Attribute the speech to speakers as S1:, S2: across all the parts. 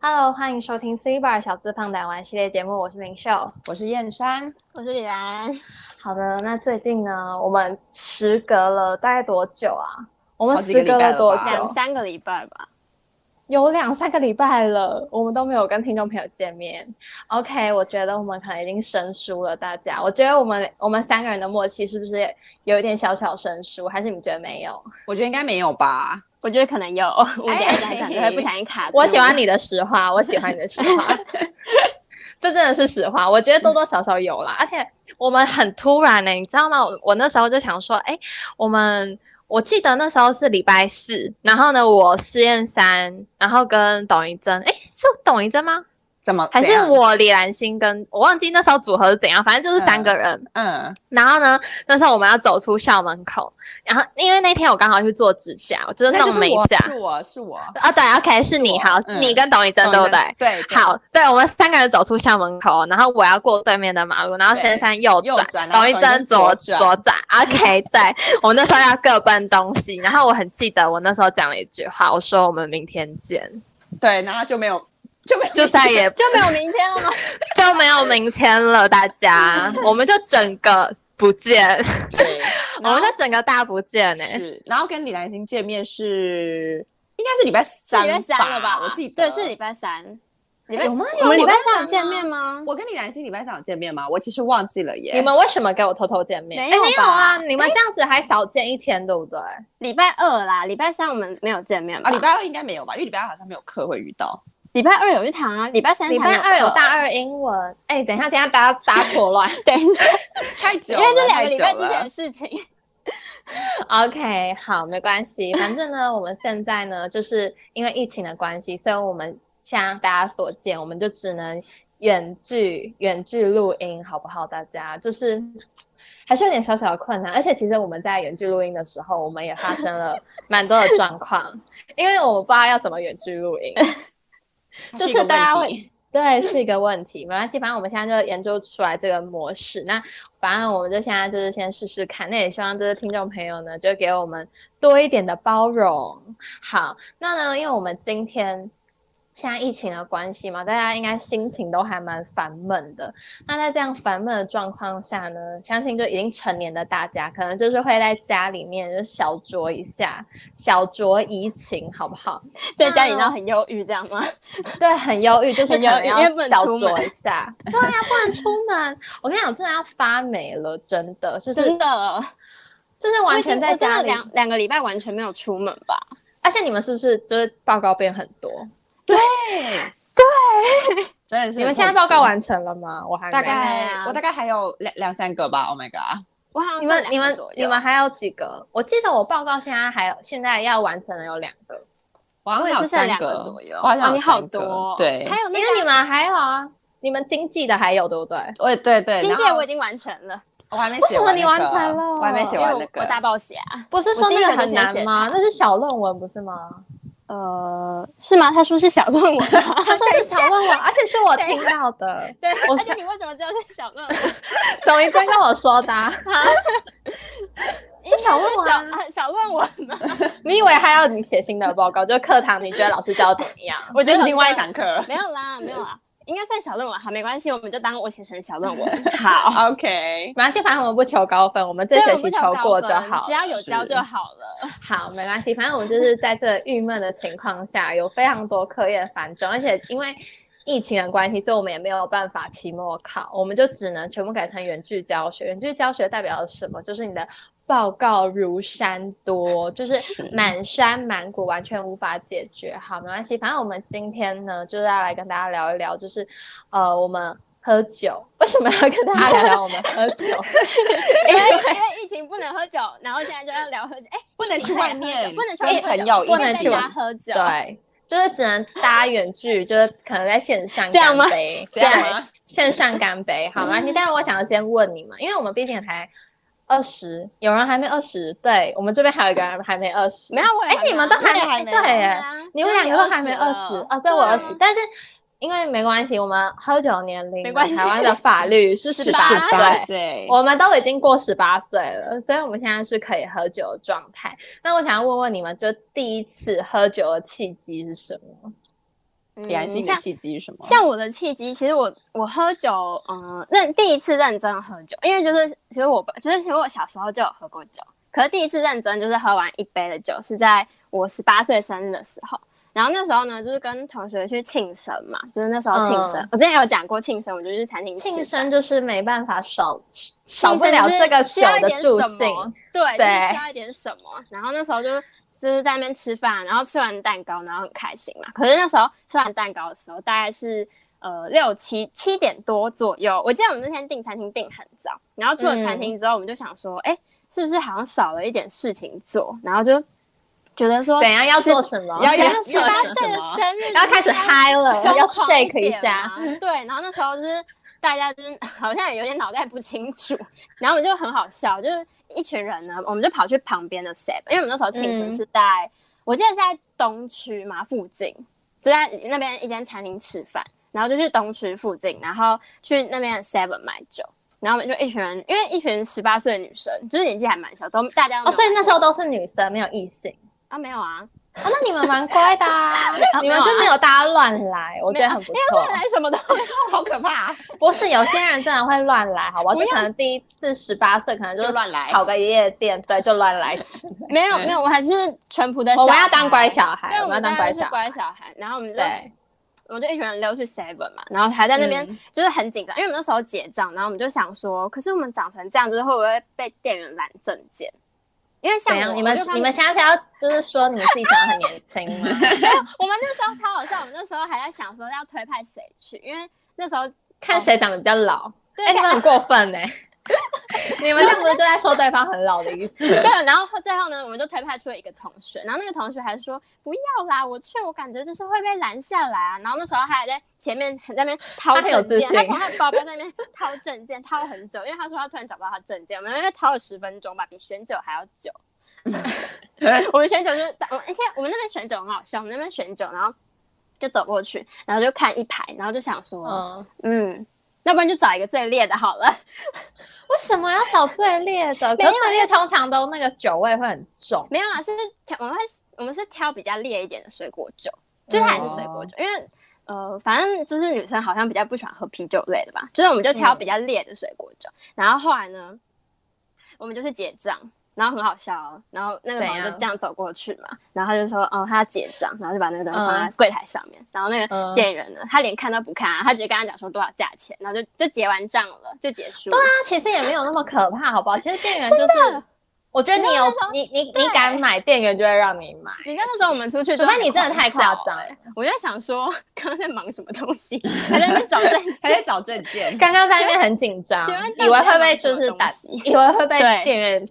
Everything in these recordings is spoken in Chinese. S1: Hello，欢迎收听 C Bar 小资胖胆玩系列节目，我是明秀。
S2: 我是燕山，
S3: 我是李兰，
S1: 好的，那最近呢，我们时隔了大概多久啊？我们
S2: 好几
S1: 时隔
S2: 个礼拜了
S1: 多
S2: 吧
S1: 久
S3: 两？三个礼拜吧。
S1: 有两三个礼拜了，我们都没有跟听众朋友见面。OK，我觉得我们可能已经生疏了，大家。我觉得我们我们三个人的默契是不是有一点小小生疏？还是你们觉得没有？
S2: 我觉得应该没有吧？
S3: 我觉得可能有， 我们等一下讲一讲就会不小心
S2: 啊
S3: 卡住。
S1: 哎我喜欢，你的实话，我喜欢你的实话， 这真的是实话。我觉得多多少少有啦，而且我们很突然呢、你知道吗？我我那时候就想说，哎、我们我记得那时候是礼拜四，然后呢，我试验三，然后跟董一珍，哎、是董一珍吗？
S2: 怎么？
S1: 还
S2: 怎
S1: 是
S2: 样？
S1: 我李兰心跟我忘记那时候组合是怎样，反正就是三个人。
S2: 嗯，
S1: 然后呢，那时候我们要走出校门口，然后因为那天我刚好去做指甲，我就是
S2: 那
S1: 弄
S2: 就是
S1: 美
S2: 我
S1: 甲。
S2: 是我是 我，
S1: 啊，对，OK，是你
S2: 我
S1: 好，
S2: 嗯
S1: 你跟董宇臻对不对？
S2: 对，对
S1: 好，对，我们三个人走出校门口，然后我要过对面的马路，然后先生右
S2: 右
S1: 转，
S2: 转然后
S1: 董宇
S2: 董宇
S1: 臻
S2: 臻
S1: 左
S2: 左转
S1: 左 转，OK，对，我们那时候要各奔东西，然后我很记得我那时候讲了一句话，我说我们明天见，
S2: 对，然后就没有就没有
S1: 就再也
S3: 就没有明天了吗？
S1: 就没有明天了，大家，我们就整个不见，
S2: 对，
S1: 我们就整个大不见欸呢、
S2: 是，然后跟李兰心见面是应该是礼拜
S3: 是
S2: 三
S3: 礼拜三了吧？
S2: 我记得哎
S3: 对，是礼拜三。礼拜
S1: 有吗？
S3: 我们礼拜
S1: 有
S3: 三有见面吗？
S2: 我跟李兰心礼拜三有见面吗？我其实忘记了耶。
S1: 你们为什么给我偷偷见面？
S3: 没
S1: 哎
S3: 有
S1: 没有
S3: 吧
S1: 啊，你们这样子还少见一天，对不对？
S3: 礼拜二啦，礼拜三我们没有见面吧？
S2: 啊，礼拜二应该没有吧？因为礼拜二好像没有课会遇到。
S3: 礼拜二有一堂啊，礼拜三
S1: 礼拜二有大
S3: 二，
S1: 二英文，哎、等一下，等一下，大家 打错乱。
S3: 等一下，
S2: 太久
S3: 因
S2: 了，
S3: 为这两
S2: 太
S3: 个礼
S2: 久
S3: 拜之
S2: 了
S3: 前的事情。
S1: OK，好，没关系，反正呢，我们现在呢，就是因为疫情的关系，所以我们像大家所见，我们就只能远距远距录音，好不好？大家就是还是有点小小的困难，而且其实我们在远距录音的时候，我们也发生了蛮多的状况，因为我们不知道要怎么远距录音。
S2: 它
S1: 就是
S2: 一个
S1: 大家
S2: 问
S1: 会
S2: 题
S1: 对，是一个问题，没关系，反正我们现在就研究出来这个模式。那反正我们就现在就是先试试看，那也希望就是听众朋友呢，就给我们多一点的包容。好，那呢，因为我们今天现在疫情的关系嘛，大家应该心情都还蛮烦闷的。那在这样烦闷的状况下呢，相信就已经成年的大家，可能就是会在家里面就小酌一下，小酌怡情，好不好？
S3: 在家里闹很忧郁，这样吗？
S1: 对，很忧郁，就是可
S3: 很忧
S1: 能
S3: 郁
S1: 要
S3: 因为不能
S1: 小
S3: 出
S1: 酌一
S3: 门
S1: 下。对呀、不能出门。我跟你讲，真的要发霉了，真的，就是
S3: 真的，
S1: 就是
S3: 我
S1: 完
S3: 已经
S1: 全在
S3: 我真
S1: 家
S3: 的
S1: 里。
S3: 两两个礼拜完全没有出门吧？
S1: 而且你们是不是就是报告变很多？
S2: 对，真的是
S1: 你们现在
S2: 痛苦
S1: 报告完成了吗？我还
S2: 大
S1: 没
S3: 对
S2: 概
S3: 啊
S2: 我大概还有两两三个吧。Oh my god！
S3: 我好像
S1: 你们
S3: 剩
S1: 你
S3: 两个
S1: 们
S3: 左右
S1: 你们还有几个？我记得我报告现在还有现在要完成的有两个，
S2: 我好
S3: 我
S2: 像
S3: 也
S2: 还有
S3: 是剩
S2: 三
S3: 两
S2: 个
S3: 左右。
S2: 我好像有
S3: 哇你好
S2: 三个
S3: 多哦，
S2: 对，
S3: 还有
S1: 因
S3: 那
S1: 为
S3: 个
S1: 你们还有啊，你们经济的还有对不对？
S2: 我对对，
S3: 经
S2: 然
S3: 济
S2: 后
S3: 我已经完成了，
S2: 我还没
S1: 为
S2: 写
S1: 什么
S2: 完
S1: 你
S2: 那
S1: 完
S2: 个
S1: 成了
S2: 我还没写
S3: 因为
S2: 完
S3: 我
S2: 那
S3: 我大
S2: 个。
S3: 爆血啊。
S1: 不是
S3: 我
S1: 说
S3: 第一
S1: 那
S3: 个就
S1: 很
S3: 先
S1: 难
S3: 写
S1: 吗？
S3: 它
S1: 那是小论文不是吗？
S3: 呃，是吗？他说是小论文 吗
S1: 他说是小论文，而且是我听到的，
S3: 对，
S1: 我
S3: 而且
S1: 想
S3: 你为什么知道是小论文？
S1: 董一真跟我说 的啊、是小论文啊、
S3: 小啊小论文 吗？
S1: 你以为还要你写新的报告？就课堂你觉得老师教怎么样？
S3: 我觉
S2: 这
S3: 得
S2: 是另外一
S3: 小论
S2: 堂课
S3: 文。没有啦，没有
S1: 啊
S3: 啦，应该算小论文，好，没关系，我们就当我写成小论 文。好，
S2: OK，
S1: 没关系，反正我们不求高分，我们这
S3: 对，
S1: 学
S3: 我
S1: 期
S3: 不想
S1: 求
S3: 高
S1: 过就
S3: 分
S1: 好
S3: 只。要有交
S2: 是
S3: 就好了。
S1: 好，没关系，反正我们就是在这郁闷的情况下，有非常多课业繁重，而且因为疫情的关系，所以我们也没有办法期末考，我们就只能全部改成远距教学。远距教学代表了什么？就是你的报告如山多，就是
S2: 是
S1: 满山满谷，完全无法解决。好，没关系，反正我们今天呢，就是要来跟大家聊一聊，就是呃，我们。喝酒，为什么要跟大家聊聊我们喝酒？ 因 为
S3: 因为疫情不能喝酒，然后现在就要聊喝酒，哎，
S2: 不能去外面，
S3: 不能去外
S2: 跟
S3: 面喝
S2: 朋
S3: 酒
S2: 友一起，
S1: 不能
S3: 在
S1: 去
S3: 家喝酒。
S1: 对，就是只能搭远距，就是可能在线上
S3: 这样吗
S1: 干杯，
S2: 这样
S1: 对
S2: 吗？
S1: 线上干杯，好吗？但是我想要先问你们，因为我们毕竟才二十，有人还没二十，对我们这边还有一个人还没二十，
S3: 没有，我也
S1: 哎
S3: 还，没
S1: 你们都
S3: 有
S1: 还
S2: 我也
S1: 没，
S2: 还没
S1: 对
S3: 对
S1: 耶，
S3: 啊
S1: 你们
S3: 所以
S1: 两个都还没
S3: 20
S1: 二十
S3: 了
S1: 啊，所以我
S3: 对
S1: 二
S3: 啊
S1: 十，但是。因为没关系，我们喝酒年龄
S3: 没
S1: 呢，
S3: 关系
S1: 台湾的法律是十
S3: 18
S1: 八
S3: 18
S1: 岁
S2: 八，岁，
S1: 我们都已经过十八岁了，所以我们现在是可以喝酒的状态。那我想要问问你们，就第一次喝酒的契机是什么？
S3: 嗯
S2: 李安心的
S3: 像
S2: 契机是什么？
S3: 像我的契机，其实我我喝酒，嗯、认第一次认真喝酒，因为就是其实我就是其实我小时候就有喝过酒，可是第一次认真就是喝完一杯的酒是在我十八岁生日的时候。然后那时候呢，就是跟同学去庆生嘛，就是那时候庆生，
S1: 嗯
S3: 我之前有讲过庆生，我就去餐厅吃
S1: 庆
S3: 饭
S1: 生就是没办法少
S3: 少
S1: 少不了这个酒的助兴，，
S3: 对，就
S1: 对
S3: 是需要一点什么。然后那时候就就是在那边吃饭，然后吃完蛋糕，然后很开心嘛。可是那时候吃完蛋糕的时候，大概是呃六七七点多左右。我记得我们那天订餐厅订很早，然后出了
S1: 嗯
S3: 餐厅之后，我们就想说，哎、是不是好像少了一点事情做？然后就觉得说，
S1: 等一下要
S3: 是
S1: 做什么？
S2: 要要
S3: 十八岁的
S2: 什么
S3: 生日，
S1: 要开始嗨了，呃要 shake 一下。。
S3: 啊对，然后那时候就是大家就是 好像也有点脑袋不清楚，然后我们就很好笑，就是一群人呢，我们就跑去旁边的 s e v 因为我们那时候庆生
S1: 嗯
S3: 是在、我记得是在东区嘛附近，就在那边一间餐厅吃饭，然后就去东区附近，然后去那边的 Seven 买酒。然后我们就一群人，因为一群十八岁的女生，就是年纪还蛮小，都大家都
S1: 哦，所以
S3: 没有
S1: 那时候都是女生，没有异性。
S3: 啊没有啊，，
S1: 哦，那你们蛮乖的、啊你们就没有大家乱来，我觉得很不错。
S3: 来什么都没有啊
S2: 好可怕，
S1: 不是有些人真的会乱来，好不好？
S3: 不
S1: 就
S3: 要
S1: 可能第一次十八岁，可能
S2: 就
S1: 就
S2: 乱 来。
S1: 跑个夜店，对，就乱来吃。
S3: 没有没有，我还是淳朴的小
S1: 我
S3: 孩。
S1: 们要当乖小孩，
S3: 对，
S1: 我们要当
S3: 大家
S1: 乖
S3: 都
S1: 小
S3: 是
S1: 孩。
S3: 乖小孩。然后我们就，
S1: 对，
S3: 我们就一群人溜去 Seven 嘛，然后还在那边
S1: 嗯
S3: 就是很紧张，因为我们那时候结账，然后我们就想说，可是我们长成这样，就是会不会被店员拦证件？因为像
S1: 怎
S3: 我
S1: 样？你们
S3: 我就看
S1: 你们现在是要就是说你们自己长得很年轻吗？
S3: 我们那时候超好笑，我们那时候还在想说要推派谁去，因为那时候
S1: 看谁长得比较老？
S3: 对、
S1: 哎、你们很过分 呢、你们这样不是就在说对方很老的意思？
S3: 对，然后最后呢，我们就推派出了一个同学，然后那个同学还说不要啦，我去，我感觉就是会被拦下来啊。然后那时候他还在前面很在那边掏
S1: 他很有
S3: 证件，
S1: 自
S3: 他
S1: 信
S3: 从他的包包 在那边掏证件，掏很久，因为他说他突然找不到他证件，我们那边掏了十分钟吧，比选酒还要 久。我们选酒就是，我而且我们那边选酒很好笑，我们那边选酒，然后就走过去，然后就看一排，然后就想说，
S1: 嗯，
S3: 嗯，要不然就找一个最烈的好了。
S1: 为什么要找最烈的？可
S3: 没有
S1: 是最烈通常都那个酒味会很重。
S3: 没有啊，是挑我们会我们是挑比较烈一点的水果酒，
S1: 哦
S3: 就是它也是水果酒，因为呃，反正就是女生好像比较不喜欢喝啤酒类的吧，就是我们就挑比较烈的水果酒。然后后来呢，我们就去结账，然后很好笑哦，然后那个朋
S1: 怎
S3: 友就
S1: 样
S3: 这样走过去嘛，然后他就说哦他要结账，然后就把那个东西放在柜台上面，然后那个
S1: 嗯
S3: 店员呢，他连看都不看、啊，他直接跟他讲说多少价钱，然后就就结完账了，就结束了。
S1: 对啊，其实也没有那么可怕，好不好？其实店员就是，我觉得你有
S3: 你知道那时候
S1: 你你你
S3: 对
S1: 敢买，店员就会让你买。
S3: 你看那时候我们出去，
S1: 除非你真的太夸张
S3: 了。欸我就在想说，刚刚在忙什么东西，还在那边找 对。
S2: 还在找证件，
S1: 刚刚在那边很紧张
S3: 请问，
S1: 以为会被
S3: 到
S1: 就
S3: 底要
S1: 是
S3: 买
S1: 打
S3: 什么东，西
S1: 以为会被
S3: 对
S1: 店员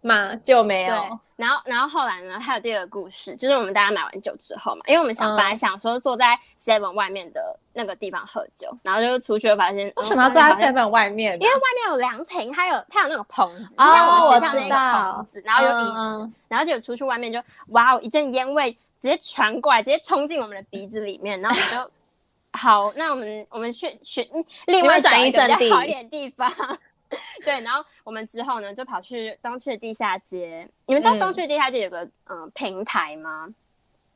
S1: 骂，就没
S3: 对
S1: 有。，
S3: 然后然后后来呢，还有第二个故事，就是我们大家买完酒之后嘛，因为我们想
S1: 嗯
S3: 本来想说坐在 Seven 外面的那个地方喝酒，然后就出去发现
S1: 为什么要坐在
S3: 哦外面好像
S1: seven 外面啊呢？
S3: 因为外面有凉亭，它有它有那种棚子，就
S1: 哦
S3: 像我们学
S1: 我
S3: 校那
S1: 知
S3: 个
S1: 道
S3: 棚子，然后有椅子，
S1: 嗯嗯
S3: 然后就出去外面就哇哦一阵烟味直接传过来，直接冲进我们的鼻子里面，然后 我们就好，那我们我们去去嗯另
S1: 你
S3: 外
S1: 们转
S3: 找一
S1: 移
S3: 个
S1: 阵
S3: 比较好
S1: 地
S3: 一点的地方。 对，然后我们之后呢，就跑去东区的地下街。你们知道东
S1: 嗯
S3: 区的地下街有个嗯、呃平台吗？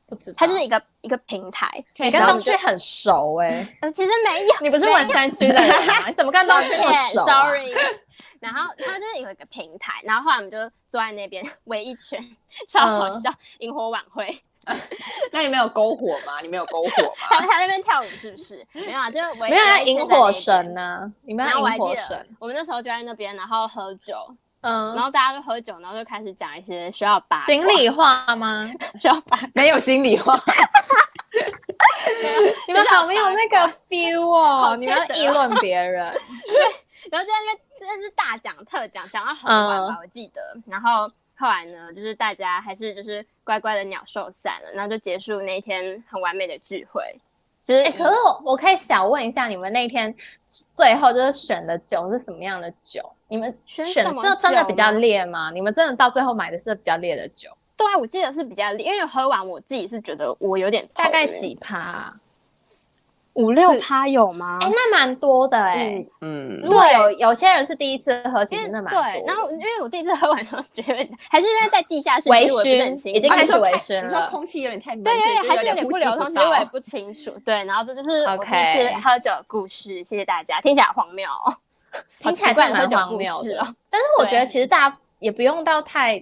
S1: 不知道，
S3: 它就是一个一个平台。
S2: 可
S1: 你
S2: 以
S1: 跟
S3: 然后
S1: 东
S2: 当
S3: 我
S1: 区很熟哎、
S3: 呃，其实没有，
S1: 你不是文山区的人 吗？你怎么跟东区那么熟、啊、
S3: 抱歉 Sorry。然 后它就是有一个平台，然后后来我们就坐在那边 围一圈，超好
S1: 嗯
S3: 笑，萤火晚会。
S2: 那你们有篝火吗？你们有篝火
S3: 他
S2: 吗？
S3: 他在那边跳舞是 不是？没有啊，就是围
S1: 没有要
S3: 围一圈
S1: 引
S3: 在那
S1: 火
S3: 边
S1: 神。呐、你们
S3: 然
S1: 要
S3: 后我还
S1: 引
S3: 记
S1: 火
S3: 得
S1: 神，
S3: 我们那时候就在那边，然后喝酒，然
S1: 嗯，
S3: 后大家就喝酒，然后就开始讲一些学校八卦
S1: 行李话 吗？
S3: 学校八卦
S2: 没有心里话，
S1: 你们好没有那个 feel 哦
S3: 好，
S1: 你
S3: 缺
S1: 们要
S3: 德
S1: 议论别人，
S3: 然后就在那边真的是大讲特讲，讲到很晚
S1: 嗯
S3: 吧，我记得。然后后来呢，就是大家还是就是乖乖的鸟兽散了，然后就结束那一天很完美的聚会。就是
S1: 哎、可是我我可以小问一下，你们那天最后就是选的酒是什么样的酒？你们
S3: 选
S1: 选
S3: 什么
S1: 这真的
S3: 酒
S1: 比较
S3: 吗
S1: 烈吗？你们真的到最后买的是比较烈的酒？
S3: 对啊，我记得是比较，因为喝完我自己是觉得我有点
S1: 大概
S3: 头晕
S1: 几趴啊、
S3: 五六趴有吗？
S1: 哎、那蛮多的哎、
S2: 嗯
S1: 如果有有些人是第一次喝，其
S3: 因
S1: 实
S3: 为
S1: 那蛮多的
S3: 对，然后因为我第一次喝完之后觉得还是因为在地下室，
S1: 微
S3: 其实我也不是很
S1: 醺
S3: 清
S1: 已经
S3: 楚
S1: 开始
S2: 啊你说
S1: 微
S2: 太
S1: 醺
S2: 你说
S1: 了
S2: 空气有点太闷，
S3: 对，
S2: 所以
S3: 有
S2: 就
S3: 点还是有点
S2: 呼
S3: 不
S2: 吸
S3: 流通，其实我也
S2: 到
S3: 不清楚。对，然后这就是我第一
S1: OK
S3: 次喝酒的故事，谢谢大家，听起来好荒谬 哦，
S1: 听起来
S3: 好奇怪
S1: 真的蛮
S3: 喝酒
S1: 荒
S3: 故
S1: 谬
S3: 事
S1: 的
S3: 哦。
S1: 但是我觉得
S3: 对
S1: 其实大家也不用到太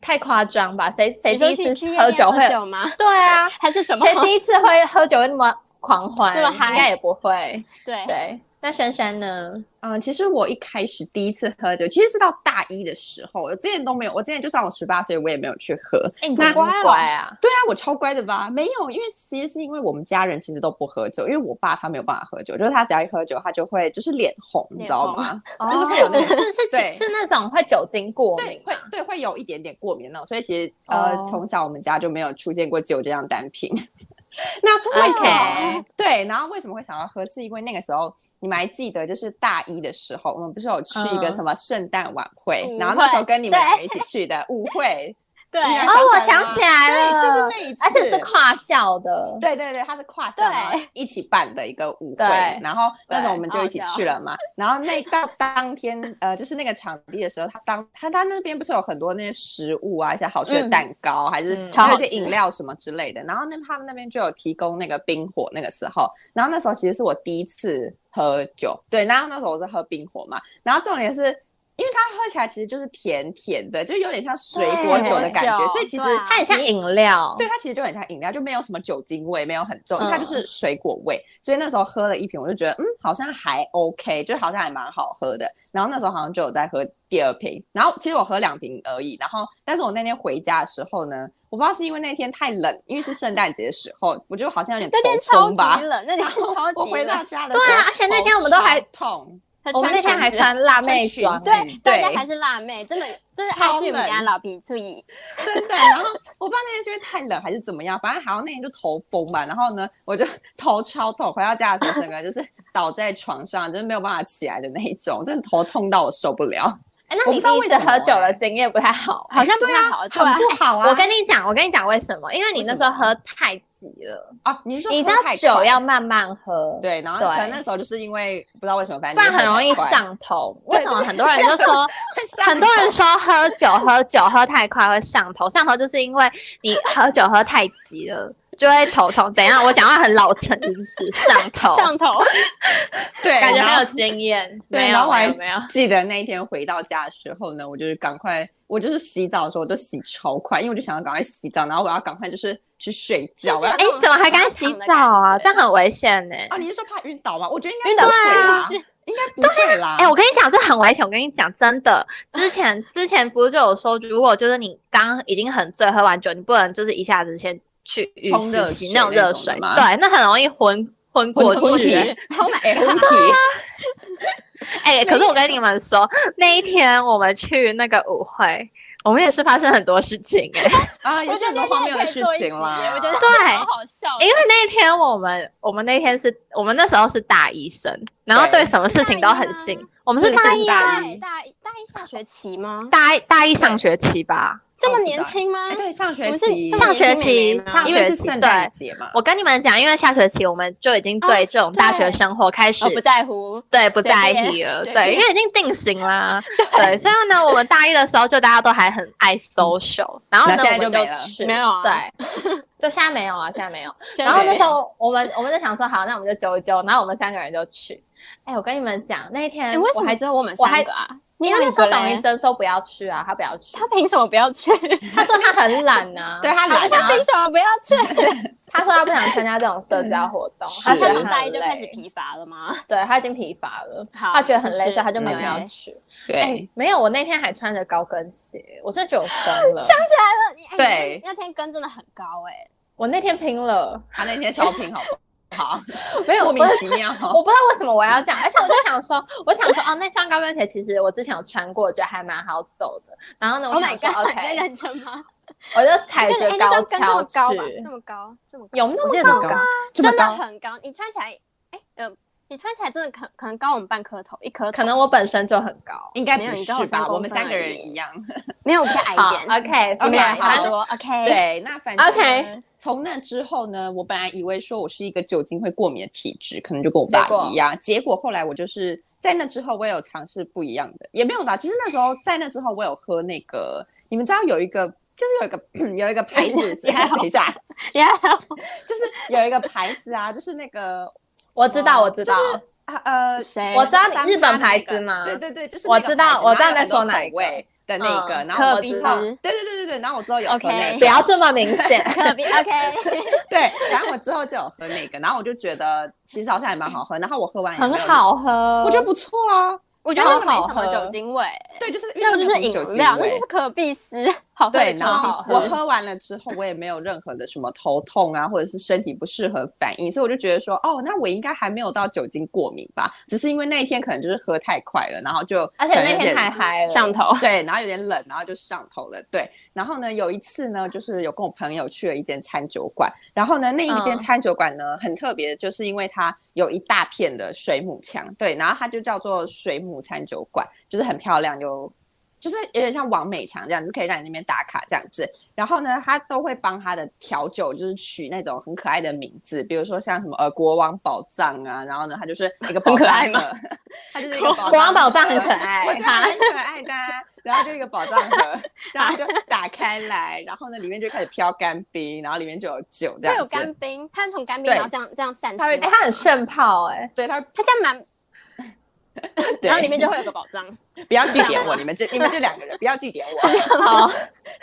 S1: 太夸张吧，谁谁第
S3: 你说
S1: 一
S3: 去
S1: 次
S3: 去
S1: 喝
S3: 夜店
S1: 酒会？
S3: 喝酒吗？
S1: 对 啊，
S3: 还是什么
S1: 谁？第一次会喝酒会那么狂欢？
S3: 那么
S1: 应
S3: 嗨
S1: 该也不会。
S3: 对，
S1: 对，那珊珊呢？
S2: 嗯，其实我一开始第一次喝酒，其实是到大一的时候，我之前都没有，我之前就算我十八岁，我也没有去喝。
S1: 哎，你
S2: 那
S1: 真乖
S3: 乖哦
S1: 乖啊！
S2: 对啊，我超乖的吧？没有，因为其实是因为我们家人其实都不喝酒，因为我爸他没有办法喝酒，就是他只要一喝酒，他就会就是脸红，你知道吗？就是会有那种
S1: 哦是是
S2: 对
S1: 是那种会酒精过敏
S2: 对，会对会有一点点过敏那种，所以其实呃、
S1: 啊哦
S2: 从小我们家就没有出现过酒这样单品。 那为什么
S1: OK
S2: 对，然后为什么会想要喝？是因为那个时候你们还记得，就是大一的时候，我们不是有去一个
S1: 嗯
S2: 什么圣诞晚会，
S3: 舞
S2: 然后那时候
S3: 会
S2: 跟你们
S3: 对
S2: 两个一起去的舞 会，
S3: 对，啊
S2: 应该
S1: 哦
S2: 是，
S1: 我
S2: 想起来
S1: 想起来
S2: 了对，
S1: 了，
S2: 就是那一次，
S1: 而且是跨校的，
S2: 对对对，它是跨校
S3: 对
S2: 然后一起办的一个舞会
S1: 对，
S2: 然后那时候我们
S3: 对
S2: 就一起去了嘛。然后那到当天呃，就是那个场地的时候，他当他他那边不是有很多那些食物啊，一些好吃的
S3: 嗯
S2: 蛋糕，还是
S1: 嗯
S3: 超
S2: 那
S3: 好
S2: 些
S3: 吃
S2: 饮料什么之类的。然后那他们那边就有提供那个冰火，那个时候，然后那时候其实是我第一次喝酒，对，然后那时候我是喝冰火嘛，然后重点是。因为它喝起来其实就是甜甜的，就有点像水果
S1: 对
S2: 酒的感觉，
S3: 酒
S2: 所以其实
S3: 对啊
S1: 它很像饮料。
S2: 对，它其实就很像饮料，就没有什么酒精味，没有很重，
S1: 嗯
S2: 它就是水果味。所以那时候喝了一瓶，我就觉得嗯，好像还 OK，就好像还蛮好喝的。然后那时候好像就有在喝第二瓶，然后其实我喝两瓶而已。然后，但是我那天回家的时候呢，我不知道是因为那天太冷，因为是圣诞节的时候，我就好像有点
S3: 那天
S2: 头
S3: 超
S2: 痛吧
S3: 级。冷，那天
S2: 然后
S3: 超
S2: 我
S3: 级
S2: 回到
S3: 冷，
S2: 家的时
S1: 对
S2: 候，
S1: 啊，而且那天我们都还，
S2: 痛，
S3: 她
S1: 我们那天还
S3: 裙子。
S1: 穿辣妹装，
S2: 穿裙
S3: 对
S2: 子，
S3: 大
S2: 对
S3: 家还是辣妹，真的就是还
S2: 超
S3: 是我们
S2: 冷
S3: 家老鼻最
S2: 真的。然后我不知道那天是因为太冷还是怎么样，反正好像那天就头风吧。然后呢，我就 头超痛，回到家的时候整个就是倒在床上，就是没有办法起来的那一种，真的头痛到我受不了。
S1: 哎，那
S2: 我
S1: 你
S2: 不知道
S1: 第一
S2: 为
S1: 次
S2: 什么
S1: 喝酒的
S2: 哎
S1: 经验不太好。
S3: 好像不太好，对
S2: 很
S3: 啊，
S2: 不好啊！
S1: 我跟你讲，我跟你讲为什么？因为你
S2: 为
S1: 那
S2: 什
S1: 时候
S2: 么
S1: 喝太急了，
S2: 啊，你是说
S1: 你知
S2: 喝
S1: 道
S2: 太
S1: 酒
S2: 快
S1: 要慢慢喝，
S2: 对，然后
S1: 对
S2: 可能那时候就是因为不知道为什么，反
S1: 不
S2: 正
S1: 然很容易
S2: 就是喝太快，
S1: 上头。为
S2: 对
S1: 什么很多人都说，
S2: 会 上
S1: 很多人
S2: 头
S1: 说喝酒喝酒喝太快会上头，上头就是因为你喝酒喝太急了。就会头痛，怎样？我讲话很老成，真是上头，
S3: 上头，
S2: 对，
S1: 感觉
S2: 然
S1: 没
S2: 后
S1: 有经验，
S2: 对
S1: 没
S2: 然
S1: 有
S2: 后
S1: 没
S2: 还
S1: 有 没有，
S2: 记得那一天回到家的时候呢，我就是赶快，我就是洗澡的时候我就洗超快，因为我就想要赶快洗澡，然后我要赶快就是去睡觉，
S3: 就
S2: 我
S3: 是
S2: 要
S1: 哎，你怎么还敢洗澡啊？
S3: 这
S1: 这
S3: 种
S1: 样很危险呢。
S2: 啊，你是说怕晕倒吗？我觉得应该
S3: 晕
S2: 不
S3: 倒
S2: 会
S1: 啊
S2: 啦，
S3: 是啊
S2: 应该不会啦。
S1: 哎、我跟你讲，这很危险。我跟你讲，真的，之前之前不是就有说，如果就是你刚已经很醉，喝完酒，你不能就是一下子先去浴
S2: 冲
S1: 室
S2: 热
S1: 洗
S2: 水
S1: 那种
S2: 那
S1: 热
S2: 种
S1: 水，
S2: 的吗
S1: 对，那很容易昏昏过
S2: 昏过
S1: 去
S2: 去
S1: 欸。
S3: ，Oh my
S2: 哎，
S3: god，
S2: 问题
S1: 哎、可是我跟你们说，那一天我们去那个舞会，我们也是发生很多事情哎、
S2: 啊，也
S3: 我
S2: 是
S3: 觉
S2: 很
S3: 得
S2: 多荒谬的
S3: 可以
S2: 事
S3: 做一
S2: 情
S3: 集
S2: 啦。
S3: 我觉得
S1: 对
S3: 好好笑哦，
S1: 因为那天我们我们那天是我们那时候是大一生，然后
S2: 对
S1: 对什么事情都很
S3: 大一吗啊
S1: 信，我们
S2: 是
S1: 是大
S2: 是
S1: 一哦
S2: 大
S1: 啊
S2: 一
S3: 对大一大一下学期吗？
S1: 大一大一上学期吧，
S3: 这么
S2: 哦
S3: 年
S2: 不大
S3: 轻吗
S2: 哎，？对，上学
S3: 不是
S2: 期
S3: 这，么
S1: 上学
S3: 年轻妹
S1: 期
S3: 妹吗
S1: 上
S2: 因为
S1: 学
S2: 是
S1: 期
S2: 圣
S1: 对
S2: 诞。节嘛，
S1: 我跟你们讲，因为下学期我们就已经对这种大学生活开始、
S3: 啊哦我不在乎，
S1: 对不
S3: 随
S1: 在
S3: 便
S1: 意了，
S3: 随
S1: 对，因为已经定型 啦。对，所以呢，我们大一的时候就大家都还很爱 social，然后呢，
S2: 那现在
S1: 我们
S2: 就没
S1: 就
S2: 了
S1: 吃
S3: 嗯没有啊
S1: 对， 就现在没有啊，现在没有。
S3: 然
S1: 然后
S3: 后
S1: 那
S3: 那
S1: 时
S3: 时候
S1: 候我们我们就想说，好，那我们就揪一揪，然后我们三个人就去。哎，我跟你们讲，那一天
S3: 哎，为什
S1: 我
S3: 么
S1: 还
S3: 只有我们
S1: 我还
S3: 三个啊？
S1: 因为
S3: 另外
S1: 那
S3: 一
S1: 时候
S3: 个
S1: 董
S3: 嘞
S1: 云珍说不要去啊，她不要去
S3: 他，凭什么不要去？
S1: 她说她很懒呐、啊，
S2: 对他
S1: 她不
S2: 懒
S1: 想
S2: 啊
S1: 要
S3: 凭什么不要去？
S1: 她说她不想参加这种社交活动，
S2: 是
S1: 她
S3: 啊他
S1: 觉得
S3: 从
S1: 很
S3: 大一就开始
S1: 累
S3: 疲乏了吗？
S1: 对他已经疲乏了，
S3: 好
S1: 他觉得很累，
S3: 就是
S1: 所以他就没有
S2: OK
S1: 要去。哎
S3: 哎
S2: 对，
S1: 没有，我那天还穿着高跟鞋，我是九分了，
S3: 那你哎
S2: 对
S3: 你那天跟真的很高哎，
S1: 我那天拼了，
S2: 他啊那天超 平好不好？
S1: 没有，
S2: 莫
S1: 我
S2: 名
S1: 不是
S2: 其妙。
S1: 我不知道为什么我要这样，而且我就想说，我想说，哦，那双高跟鞋其实我之前有穿过，觉得还蛮好走的。然后呢，我
S3: Oh
S1: 想
S3: my
S1: 说
S3: god！你在
S1: OK，
S3: 认真吗？
S1: 我就踩
S3: 就是
S1: 着
S3: 哎，那时候跟这
S1: 跷
S3: 么高吧，
S1: 去
S3: 这，么高，这么高，
S1: 有那
S3: 我
S1: 么
S3: 记得这
S1: 高啊吗？
S3: 么
S2: 高，这么
S3: 真的
S2: 高，
S3: 很高。你穿起来，哎，呃，你穿起来真的可可能高我们半颗头，一颗头
S1: 可能我本身就很高。
S2: 应该
S3: 没有
S2: 不
S3: 你刚好
S2: 是吧？
S3: 三
S2: 我们
S3: 公分
S2: 三个
S3: 而
S2: 人一
S3: 已
S2: 样。
S3: 没有我比较矮一
S1: 好
S3: 点
S1: ，OK，
S3: 我
S1: 我们
S3: 们俩差
S2: 好
S3: 不
S1: 好，
S3: 多，OK，，
S2: 对，那反正
S1: OK
S2: 呢从那之后呢，我本来以为说我是一个酒精会过敏的体质，可能就跟我爸
S1: 结果
S2: 一样。结果后来我就是在那之后，我也有尝试不一样的，也没有吧。其实那时候在那之后，我有喝那个，你们知道有一个。就是有一个 有一个牌子是，
S3: 还好
S2: 等一下，
S3: 你还好
S2: 就是有一个牌子啊，就是那个
S1: 我知道，我知道，
S2: 啊呃，
S3: 谁
S1: 我知道你
S2: 三
S1: 日本
S2: 趴
S1: 牌
S2: 那个
S1: 子吗
S2: 对对对，就是
S1: 我
S2: 那个
S1: 知道
S2: 牌子
S1: 我
S2: 然后
S1: 知道
S2: 有
S1: 在
S2: 很多
S1: 说哪
S2: 口
S1: 一个
S2: 味的那个，
S1: 嗯
S2: 然后
S3: 可
S2: 我
S3: 比
S2: 知道，
S3: 斯
S2: 对对对对对，然后我之后有喝
S3: OK
S2: 那个
S1: 不要这么明 显。
S3: 可 比 OK，
S2: 对，然后我之后就有喝那个，然后我就觉得其实好像还蛮好喝，然后我喝完也
S1: 很
S2: 没有，
S1: 好喝，
S3: 哦
S2: 我觉得不错啊。
S3: 我觉得那个
S1: 好
S3: 没
S1: 好
S3: 什么酒
S1: 喝
S3: 精味，
S2: 对，就是因为
S3: 那个就
S2: 没
S3: 是
S2: 有
S3: 饮
S2: 酒精
S3: 料，那
S2: 味
S3: 就是可比斯，好喝
S2: 对，然
S3: 的超
S2: 后
S3: 好
S2: 我
S3: 喝
S2: 喝完了之后，我也没有任何的什么头痛啊，或者是身体不适合反应，所以我就觉得说，哦，那我应该还没有到酒精过敏吧？只是因为那一天可能就是喝太快了，然后就
S1: 而且
S2: 可能
S1: 那
S2: 有
S1: 天
S2: 点
S1: 太嗨了，
S3: 上头。
S2: 对，然后有点冷，然后就上头了。对，然后呢，有一次呢，就是有跟我朋友去了一间餐酒馆，然后呢，那一间
S1: 嗯
S2: 餐酒馆呢、很特别，就是因为它有一大片的水母墙，对，然后它就叫做水母餐酒馆，就是很漂亮，有就是有点像王美强这样子，可以让你那边打卡这样子。然后呢，他都会帮他的调酒，就是取那种很可爱的名字，比如说像什么呃国王宝藏啊，然后呢，他就是一个
S3: 很
S2: 宝
S3: 可爱
S2: 藏
S3: 吗
S2: 盒，他就是一个
S1: 国王宝
S2: 盒
S1: 藏很可爱
S2: 我觉得还蛮可爱的啊、然后就一个宝藏盒，然后就打开来，然后呢里面就开始飘干冰，然后里面就有酒这
S3: 会有
S2: 样子。
S3: 干冰，它是从干冰
S2: 对
S3: 然后这样这样散出
S2: 它会
S3: 来，
S1: 哎，它很炫泡 哎，
S2: 对它，
S3: 它这样满，
S2: 对
S3: 然后里面就会有个宝藏。
S2: 不要祭点我，你们这你们这两个人不要祭点我。哦
S1: 好，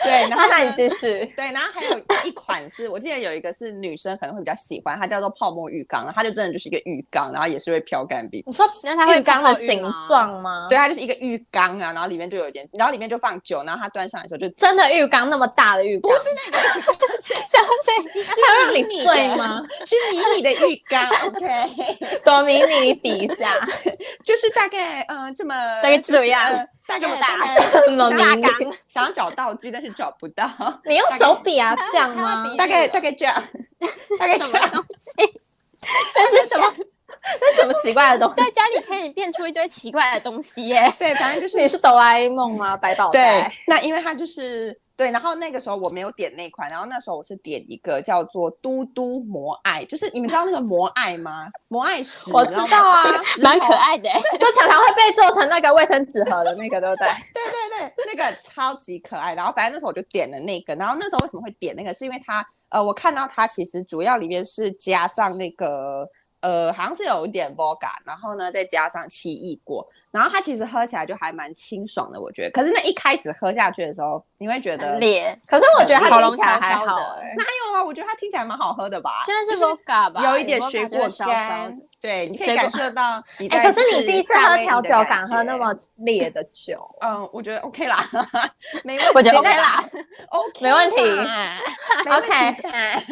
S2: 对，然后
S1: 那你
S2: 呢？
S1: 继 续，
S2: 对，然后还有一款是我记得有一个是女生可能会比较喜欢，它叫做泡沫浴缸，它就真的就是一个浴缸，然后也是会飘干冰。
S1: 你说
S3: 那它会
S1: 浴缸的
S3: 泡浴
S1: 形
S3: 吗
S1: 状吗？
S2: 对，它就是一个浴缸啊，然后里面就有一点，然后里面就放酒，然后它端上来的时候就
S1: 真的浴缸那么大的浴
S2: 不
S1: 缸，
S2: 是那个，
S1: 这样睡，它会让你醉吗？
S2: 是迷你的浴缸，OK。
S1: 多迷你，你比一 下，
S2: 就是大概呃这么
S3: 大概
S2: 就是
S3: 这样
S2: 呃大
S3: 这
S2: 概
S3: 么大
S2: 概
S1: 这么迷
S2: 想
S1: 你
S2: 要想要找道具，但是找不 到，
S1: 你用手比啊，这样吗
S3: 它会？比
S2: 大概大概这 样，大概
S3: 什
S2: 这
S3: 么
S2: 样，
S3: 东西？
S1: 那是什么？那是什么奇怪的东西？
S3: 在家里可以变出一堆奇怪的东西耶！
S2: 对，反正就是
S1: 你是哆啦 A 梦吗？百宝
S2: 对
S1: 袋？，
S2: 那因为它就是对，然后那个时候我没有点那款，然后那时候我是点一个叫做嘟嘟摩艾，就是你们知道那个摩艾吗？摩艾石，
S1: 我
S2: 你
S1: 知
S2: 吗
S1: 道啊
S2: 那个石
S3: 蛮
S2: 头
S3: 可爱的耶，
S1: 就常常会被做成那个卫生纸盒的那个，对 不对？
S2: 对对，那个超级可爱。然后反正那时候我就点了那个，然后那时候为什么会点那个，是因为它呃，我看到它其实主要里面是加上那个呃，好像是有一点 vodka，然后呢再加上奇异果，然后它其实喝起来就还蛮清爽的，我觉得。可是那一开始喝下去的时候，你会觉得
S3: 很
S2: 没
S3: 烈，
S1: 可是我觉得它
S3: 喉
S1: 听
S3: 咙
S1: 起来
S3: 烧
S1: 还
S3: 烧
S1: 好
S3: 的
S1: 哎。
S2: 有啊，我觉得它听起来蛮好喝的吧，
S3: 虽然是
S2: 就是
S3: vodka 吧，
S2: 有一点
S3: vodka
S2: 水
S3: 就
S2: 果
S3: 是烧烧
S2: 干
S3: 的，，
S2: 对，你可以
S3: 水
S2: 感
S3: 果
S2: 受到 你在
S1: 哎、可是你第一次喝
S2: 夏威夷的
S1: 调酒，敢
S2: 感
S1: 喝那
S2: 觉
S1: 么烈的酒，
S2: 嗯，我觉得 OK 啦， 没问题，
S3: 我觉得 OK
S2: 啦，OK，
S1: 没问题
S2: 啦没问题啦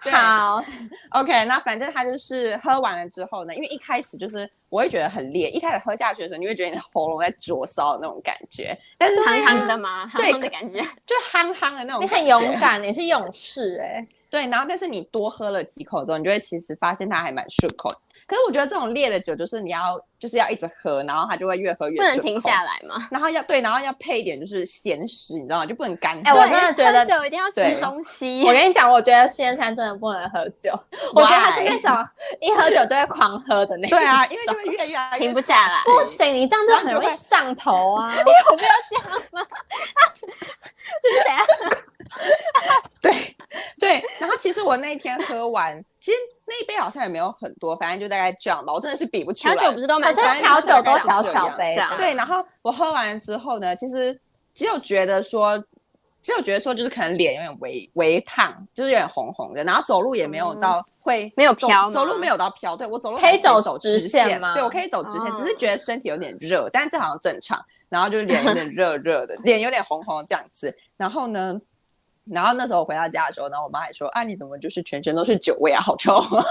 S2: 对
S1: 好，
S2: OK。那反正他就是喝完了之后呢，因为一开始就是我会觉得很烈，一开始喝下去的时候，你会觉得你的喉咙在灼烧的那种感觉，但是
S3: 糖糖
S2: 就
S3: 的吗？糖
S2: 对
S3: 糖的
S2: 可
S3: 感觉，
S2: 就憨憨的那种，
S1: 你很勇。敢，你是勇士哎、
S2: 对，然后但是你多喝了几口之后，你就会其实发现它还蛮顺口的。可是我觉得这种烈的酒，就是你要就是要一直喝，然后它就会越喝越
S3: 不能
S2: 顺
S3: 停
S2: 口
S3: 下，来吗？
S2: 然后要对，然后要配一点就是咸食，你知道吗？就不能干
S1: 哎
S2: 喝
S1: 我
S3: 对
S1: 真的觉得
S3: 喝酒一定要
S2: 对
S3: 吃东西
S1: 我。跟你讲，我觉得仙山真的不能喝酒，我觉得他是
S2: Why？
S1: 那种一喝酒就会狂喝的那种。
S2: 对啊， 因为就会越越来越
S3: 停不下来
S2: 傻气
S1: 不行，你这样就很容
S2: 然后就
S1: 易
S2: 会
S1: 上头啊！
S3: 对啊
S2: 对 对，然后其实我那一天喝完，其实那一杯好像也没有很多，反正就大概这样吧。我真的是比不出
S3: 调
S2: 来。
S3: 酒不是都蛮
S1: 反
S2: 正
S1: 正调酒都小小杯
S3: 这样
S1: 的，
S2: 对，然后我喝完了之后呢，其实只有觉得说，只有觉得说，就是可能脸有点微微烫，就是有点红红的，然后走路也没有到会、
S3: 没有
S2: 走
S3: 飘
S2: 走路
S3: 吗
S2: 没有到飘。对我走路
S1: 可
S2: 还
S1: 以
S2: 是可
S1: 走
S2: 走
S1: 直
S2: 直
S1: 线
S2: 线
S1: 吗
S2: 对我可以走直线，只
S3: 哦
S2: 是觉得身体有点热，但是这好像正常。然后就是脸有点热热的，脸有点红红这样子。然后呢，然后那时候我回啊到家的时候，然后我妈还说：“啊，你怎么就是全身都是酒味啊，好臭！”
S3: 喝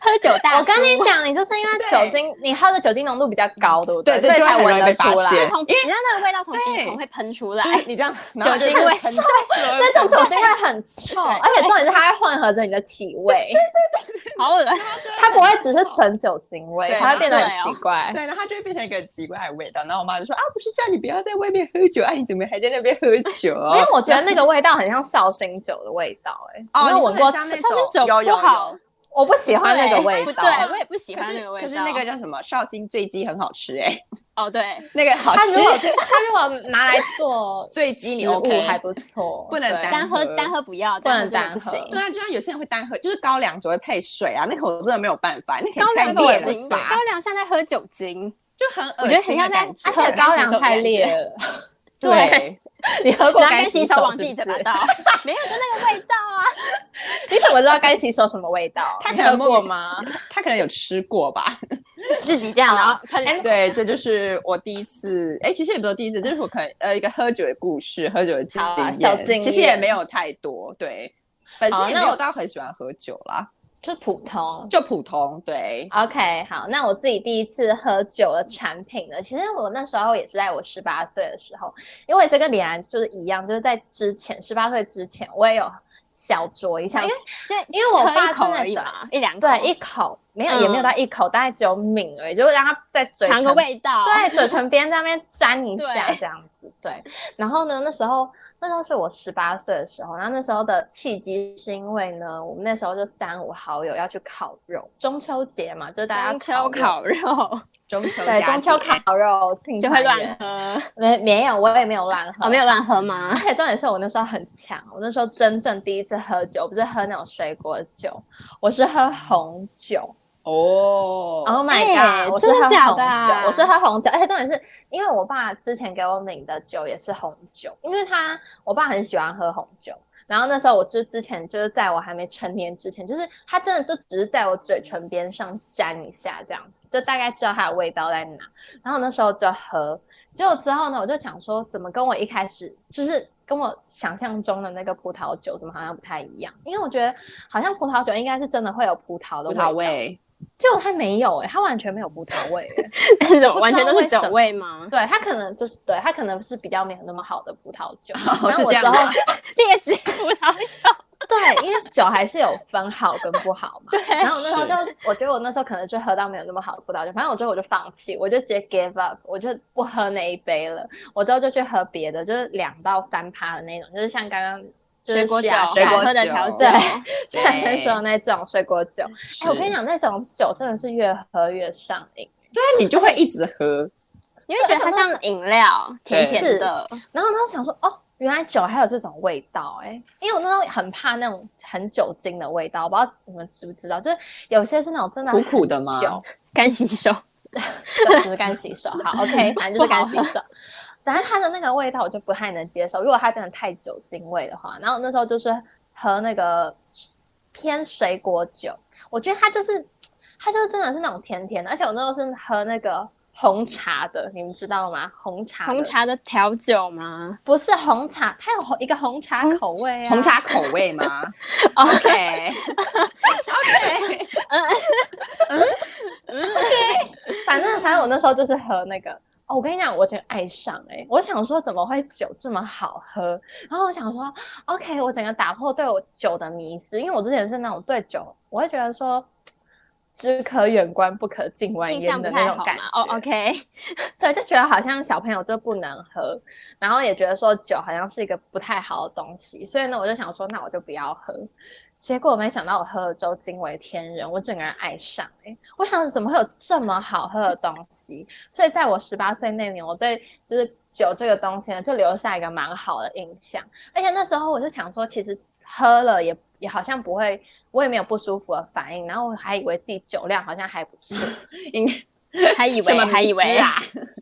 S3: 喝酒大叔。
S1: 我跟你讲，你就是因为
S2: 对
S1: 酒精，你喝的酒精浓度比较高，对不
S2: 对
S1: 所以
S2: 就
S1: 才
S2: 很容
S1: 闻
S2: 易
S1: 得
S2: 被
S1: 出
S2: 发
S1: 来。
S3: 就
S2: 现
S3: 从鼻，你知道那个味道从鼻孔会喷出来
S2: 就， 是你这样，然后
S3: 酒精
S2: 就
S3: 味
S2: 很
S3: 很
S1: 那种酒精会很臭，
S2: 对
S1: 而且重点是它会混合着你的体味，
S3: 好恶
S1: 它不会只是纯酒精味，
S2: 对
S1: 它会变得
S3: 然
S1: 很
S3: 后对哦
S1: 奇怪。
S2: 对，然后它就会变成一个很奇怪的味道。然后我妈就说啊，不是叫你不要在外面喝酒，啊，你怎么还在那边喝
S3: 哎
S2: 酒？
S1: 因为我觉得那个味道很像绍兴酒的味道、欸，哎、
S2: 哦，
S1: 没有
S2: 你说
S1: 闻
S2: 很
S1: 过，
S2: 像那
S3: 上面
S2: 种
S3: 酒
S2: 有有
S3: 不好
S2: 有
S1: 我不喜欢那个味
S3: 不
S1: 道。
S3: 对，我也不喜
S2: 可
S3: 欢
S2: 是
S3: 那个味
S2: 可
S3: 道。
S2: 是那个叫什么绍兴醉鸡很好吃哎、
S3: 哦，对，
S2: 那个好
S1: 它
S2: 吃
S1: 如。果它如果拿来做
S2: 醉鸡你
S1: 食物
S2: OK
S1: 还不错，
S2: 不能
S1: 对
S2: 单
S3: 单喝
S2: 喝
S3: 单喝不要，
S1: 不能
S3: 单喝真的
S1: 单喝
S3: 不行
S2: 对啊，就像有些人会单喝，就是高粱只会配水啊，那个我真的没有办法，那可以
S3: 高
S2: 太
S3: 粱
S1: 我
S2: 烈
S1: 也
S3: 不
S1: 不
S3: 行，
S2: 了
S3: 高
S2: 吧？
S3: 粱像在喝酒精，
S2: 就很
S3: 我觉得
S2: 恶
S3: 很
S2: 心
S3: 像
S2: 的
S3: 在
S2: 感觉。
S1: 而且高粱太烈 了，
S2: 对，
S1: 你喝过
S3: 然后
S1: 该
S3: 跟
S1: 洗
S3: 洗手
S1: 手
S3: 往
S1: 是
S3: 自
S1: 不
S3: 己
S1: 是
S3: 嘴？巴倒，没有就那个味道啊。
S1: 你怎么知道该洗手什么味 道？
S2: 他
S1: 你
S2: 可能
S1: 喝
S2: 莫
S1: 过
S2: 名
S1: 吗？
S2: 他可能有吃过吧？
S3: 自己这样，然后喷
S1: 哎
S2: 对，这就是我第一次，哎，其实也不是第一次，这是我可能呃一个喝酒的故事，喝酒的经
S1: 好啊
S2: 验，
S1: 小经
S2: 其实也
S1: 验
S2: 没有太多，对，本
S1: 好
S2: 身也
S1: 那
S2: 没有
S1: 我
S2: 到很喜欢喝酒啦，
S1: 就普通。
S2: 就普通，对，
S1: OK，好，那我自己第一次喝酒的产品呢，其实我那时候也是在我十八岁的时候，因为这跟李安就是一样，就是在之前十八岁之前，我也有小酌一下，因为
S3: 就
S1: 因为我
S3: 喝
S1: 爸
S3: 一
S1: 是
S3: 口
S1: 那
S3: 而已
S1: 种
S3: 嘛，一两口嗯
S1: 对一口没有、也没有到一口，大概只有抿而已，就是让它在嘴
S3: 尝
S1: 唇
S3: 个味道，
S1: 对，嘴唇边在那边沾一下
S3: 对
S1: 这样子，对。然后呢，那时候那时候是我十八岁的时候，然后那时候的契机是因为呢，我们那时候就三五好友要去烤肉，中秋节嘛，就大家
S3: 中秋
S1: 肉，
S3: 烤 肉
S2: 中秋
S1: 对，
S2: 佳
S1: 中秋
S2: 节
S1: 烤肉庆
S3: 就会
S1: 团
S3: 乱
S1: 圆
S3: 喝，
S1: 没没有，我也没有乱喝，
S3: 哦，没有乱喝吗
S1: 而？且重点是我那时候很强，我那时候真正第一次喝酒，不是喝那种水果酒，我是喝红酒。
S2: 哦，
S1: Oh my
S3: 哎
S1: god！、我是
S3: 真
S1: 喝
S3: 的
S1: 红酒，
S3: 假的啊
S1: 我是喝红酒，而且重点是因为我爸之前给我抿的酒也是红酒，因为他我爸很喜欢喝红酒。然后那时候我就之前就是在我还没成年之前，就是他真的就只是在我嘴唇边上沾一下这样，就大概知道它的味道在哪。然后那时候就喝，结果之后呢，我就想说怎么跟我一开始就是跟我想象中的那个葡萄酒怎么好像不太一样，因为我觉得好像葡萄酒应该是真的会有葡萄的
S2: 葡
S1: 道
S2: 萄味，
S1: 结果它没有哎、欸，它完全没有葡萄味、 欸。
S3: 怎么
S1: 不
S3: 完
S1: 知
S3: 全
S1: 道
S3: 都
S1: 为
S3: 是酒
S1: 什么
S3: 味吗？
S1: 对，它可能就是对，它可能是比较没有那么好的葡萄酒。
S2: 哦
S1: 然后
S2: 是这
S1: 我之
S2: 样
S1: 后
S2: 吗？
S3: 劣质葡萄 酒，
S1: 对，因为酒还是有分好跟不好 嘛。然后我那时候就，
S2: 是
S1: 我觉得我那时候可能就喝到没有那么好的葡萄酒，反正我最后我就放弃，我就直接 give up，我就不喝那一杯了。我之后就去喝别的，就是两到三趴的那种，就是像刚刚就是
S3: 水果
S1: 徐
S3: 酒，
S1: 雅
S2: 水
S1: 轩
S2: 果
S3: 好喝的调
S2: 酒
S3: 酒，
S1: 徐雅轩
S2: 对
S1: 说的那种水果酒。哎，我跟你讲，那种酒真的是越喝越上瘾。
S2: 那你就会一直喝，
S3: 你会觉得它像饮料，甜
S2: 对
S3: 甜的，
S1: 然后呢，想说哦，原来酒还有这种味道哎、因为我那时候很怕那种很酒精的味道，我不知道你们知不知道，就是有些是那种真的
S2: 苦
S1: 很
S2: 苦的吗
S1: 酒
S3: 干洗手，
S1: 对，就是干洗手。 好，OK，反正就是干洗手。反正它的那个味道我就不太能接受，如果它真的太酒精味的话，然后那时候就是喝那个偏水果酒，我觉得它就是它就是真的是那种甜甜的，而且我那时候是喝那个红茶的，你们知道吗？红茶的
S3: 红茶的调酒吗？
S1: 不是红茶，它有红一个红茶
S3: 红
S1: 口味啊，
S2: 红茶口 味吗
S3: 哦
S2: ？OK OK，
S1: 反正反正我那时候就是喝那个。哦，我跟你讲，我觉得爱上哎、我想说怎么会酒这么好喝？然后我想说，OK，我整个打破对我酒的迷思，因为我之前是那种对酒，我会觉得说，只可远观不可近玩
S3: 印
S1: 焉
S3: 象不
S1: 的那
S3: 太
S1: 种
S3: 好
S1: 感
S3: 嘛
S1: 觉。。
S3: 哦，OK，
S1: 对，就觉得好像小朋友就不能喝，然后也觉得说酒好像是一个不太好的东西，所以呢，我就想说，那我就不要喝。结果没想到我喝了之后惊为天人，我整个人爱上哎、我想怎么会有这么好喝的东西？所以在我十八岁那年，我对就是酒这个东西呢，就留下一个蛮好的印象。而且那时候我就想说，其实喝了也也好像不会，我也没有不舒服的反应，然后我还以为自己酒量好像还不错，
S2: 应
S3: 还以
S2: 什么
S3: 为还以为
S2: 名字啊？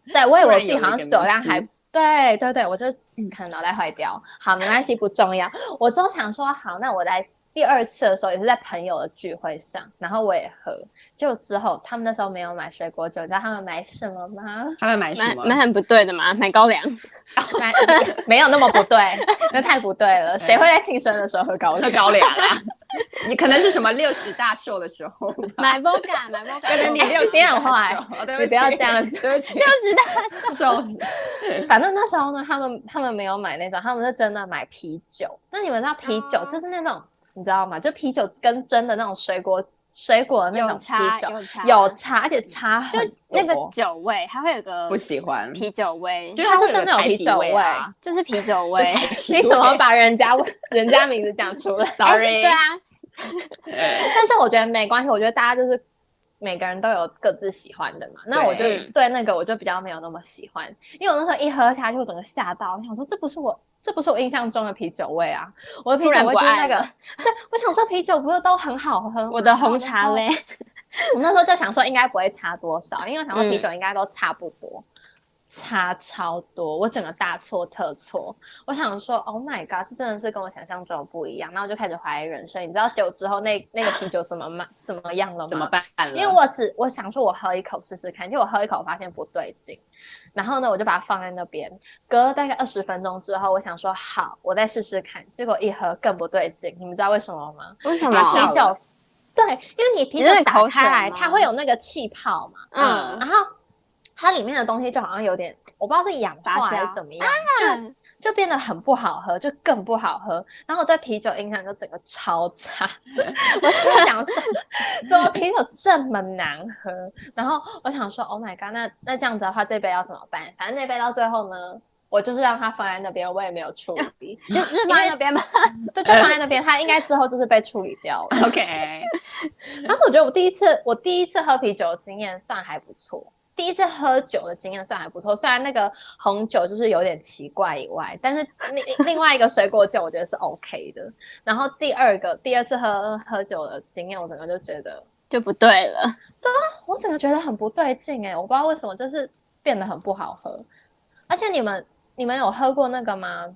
S1: 对，我以
S2: 突
S1: 为
S2: 然
S1: 我自己
S2: 有
S1: 好
S2: 一
S1: 像
S2: 个
S1: 酒
S2: 迷
S1: 量
S2: 思
S1: 还对对对，我就嗯可能脑袋坏掉。好，没关系，不重要。我之后想说，好，那我来第二次的时候也是在朋友的聚会上，然后我也喝，就之后他们那时候没有买水果酒，你知道他们买什么吗？
S2: 他们买什
S3: 蛮
S2: 么？
S3: 蛮很不对的嘛，买高粱，
S1: 买没有那么不对，那太不对了，
S2: 嗯
S1: 谁会在庆生的时候喝高
S2: 喝
S1: 粱？
S2: 高粱啊！你可能是什么六十大寿的时候吧？
S3: 买 Voga，买 Voga，
S2: 可能 你
S1: 哎
S2: 六十
S1: 你很
S2: 大
S1: 坏
S2: 寿，哦对
S1: 你
S2: 起
S1: 不要这样
S2: 对不起，
S3: 六十大寿，
S2: 寿
S1: 反正那时候呢，他们他们没有买那种，他们是真的买啤酒。那你们知道啤酒
S3: 哦
S1: 就是那种、你知道吗？就啤酒跟真的那种水果水果的那
S3: 有
S1: 种
S3: 差
S1: 啤酒
S3: 差嗯
S1: 有差，而且差
S3: 就
S1: 很
S3: 那个
S1: 多
S3: 酒味，它会有个
S2: 不喜欢，
S3: 啤酒味，
S2: 就
S1: 它
S2: 会
S1: 是真的有
S2: 有
S1: 啤酒
S2: 味 啊。
S3: 就是啤酒
S2: 就
S3: 味。
S2: 台啤
S1: 你怎么
S2: 味
S1: 把人家人家名字讲出 来？
S2: ？Sorry，
S3: 对啊，
S1: 哎但是我觉得没关系，我觉得大家就是每个人都有各自喜欢的嘛。那我就
S3: 对
S1: 对那个我就比较没有那么喜欢，因为我那时候一喝下去，我整个吓到，我想说这不是我。这不是我印象中的啤酒味啊！我的啤
S3: 突然
S1: 酒味
S3: 不
S1: 就是那
S3: 爱
S1: 个
S3: 了，
S1: 对，我想说啤酒不是都很好喝吗
S3: 我的红茶。
S1: 然后
S3: 嘞，
S1: 我那时候我那时候就想说应该不会差多少，因为我想说
S3: 嗯
S1: 啤酒应该都差不多，差超多，我整个大错特错。我想说，Oh my god，这真的是跟我想象中的不一样。然后我就开始怀疑人生。你知道酒之后那那个啤酒怎么卖怎么样了吗？
S2: 怎么？办了？
S1: 因为我只我想说，我喝一口试试看，结果我喝一口发现不对劲，然后呢，我就把它放在那边。隔了大概二十分钟之后，我想说好，我再试试看。结果一喝更不对劲，你们知道为什么吗？
S3: 为 什
S2: 么
S1: 啤
S2: 吓
S1: 酒，对，因为你啤
S3: 你
S1: 酒
S3: 那个
S1: 打
S3: 哦口水
S1: 开来，
S3: 吗
S1: 它会有那个气泡嘛，
S3: 嗯，
S1: 然后它里面的东西就好像有点，我不知道是氧化
S3: 发
S1: 还
S3: 酵
S1: 是怎么样，就
S3: 嗯
S1: 就变得很不好喝，就更不好喝。然后我对啤酒印象就整个超差，我心想说，怎么啤酒这么难喝？然后我想说，Oh my god，那那这样子的话，这杯要怎么办？反正那杯到最后呢，我就是让它放在那边，我也没有处 理，
S3: 就就是放在那边吧。
S1: 就就放在那边，它应该之后就是被处理掉了。
S2: OK，
S1: 然后我觉得我第一次，我第一次喝啤酒的经验算还不错。第一次喝酒的经验算还不错，虽然那个红酒就是有点奇怪以外，但是另另外一个水果酒我觉得是 OK 的。然后第二个第二次喝喝酒的经验，我整个就觉得
S3: 就不对了，
S1: 我整个觉得很不对劲哎、我不知道为什么就是变得很不好喝。而且你们你们有喝过那个吗？